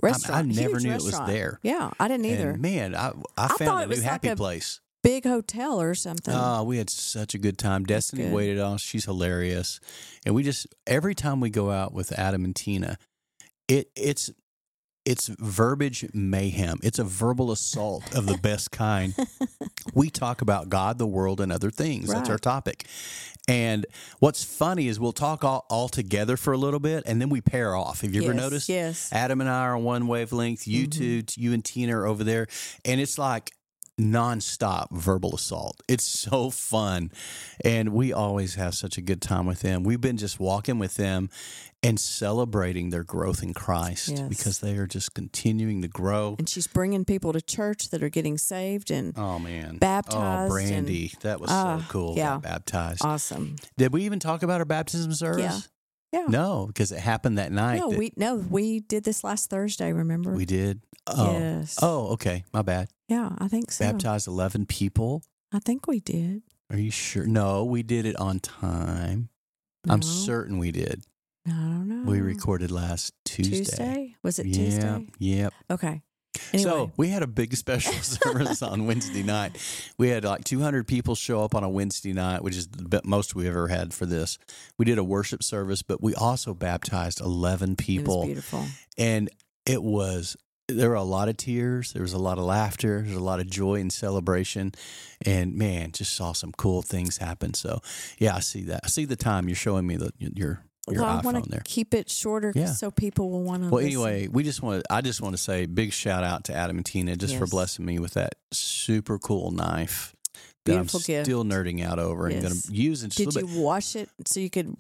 C: restaurant.
B: never
C: huge
B: knew it was
C: restaurant.
B: there.
C: Yeah, I didn't either.
B: And man, I I
C: I
B: found
C: thought
B: a
C: it
B: new
C: was like
B: happy
C: a
B: place.
C: Big hotel or something.
B: Oh, we had such a good time. Destiny
C: good.
B: waited on us. She's hilarious. And we just every time we go out with Adam and Tina, it it's it's verbiage mayhem. It's a verbal assault of the best kind. we talk about God, the world, and other things. That's our
C: Right.
B: topic. And what's funny is we'll talk all, all together for a little bit and then we pair off. Have you ever
C: Yes,
B: noticed?
C: yes.
B: Adam and I are on one wavelength, you
C: Mm-hmm.
B: two, t- you and Tina are over there. And it's like nonstop verbal assault. It's so fun. And we always have such a good time with them. We've been just walking with them and celebrating their growth in Christ
C: Yes.
B: because they are just continuing to grow.
C: and she's bringing people to church that are getting saved and
B: Oh man.
C: Baptized
B: Oh
C: and-
B: Brandy. that was so
C: Ah,
B: cool.
C: yeah.
B: Got baptized.
C: awesome.
B: Did we even talk about our baptism service?
C: Yeah.
B: No, because it happened that night.
C: No,
B: that
C: we no, we did this last Thursday, remember?
B: we did. Oh.
C: Yes.
B: Oh, okay. My bad.
C: yeah, I think so.
B: Baptized 11 people.
C: I think we did.
B: Are you sure? No, we did it on time. I'm
C: No.
B: certain we did.
C: I don't know.
B: We recorded last Tuesday.
C: Was it
B: yeah,
C: Tuesday?
B: Yep.
C: Okay. Anyway,
B: So we had a big special service on Wednesday night. We had like 200 people show up on a Wednesday night, which is the be- most we've ever had for this. We did a worship service, but we also baptized 11
C: it was
B: people.
C: beautiful.
B: and it was there were a lot of tears there was a lot of laughter there's a lot of joy and celebration and man just saw some cool things happen so yeah i see that i see the time you're showing me the, your your
C: well, I
B: iphone
C: want to
B: there
C: keep it shorter
B: Yeah.
C: so people will want to.
B: well anyway we just want to i just want to say big shout out to adam and tina just for
C: Yes.
B: blessing me with that super cool knife that
C: Beautiful
B: i'm
C: gift.
B: still nerding out over and
C: Yes.
B: gonna use in just a
C: did
B: little
C: you
B: bit
C: wash it so you could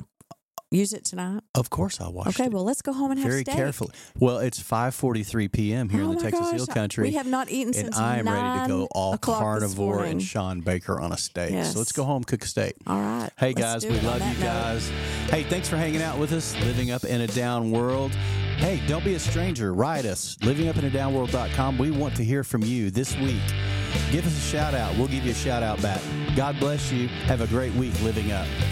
C: use it tonight?
B: of course i watched
C: okay,
B: it
C: well, let's go home and have
B: very
C: steak.
B: carefully well it's 5.43 p.m here
C: oh
B: in the
C: my
B: texas
C: gosh,
B: hill
C: I-
B: country
C: We have not eaten
B: and
C: since
B: I am ready to
C: 9
B: go all
C: o'clock this
B: carnivore
C: morning.
B: and Sean Baker on a steak.
C: Yes.
B: So let's go home, cook a steak.
C: All right.
B: Hey
C: let's
B: guys,
C: do
B: we
C: it on
B: love you
C: that note.
B: guys. Hey, thanks for hanging out with us, Living Up in a Down World. Hey, don't be a stranger. Write us, livingupinadownworld.com. We want to hear from you this week. Give us a shout out. We'll give you a shout out back. God bless you. Have a great week living up.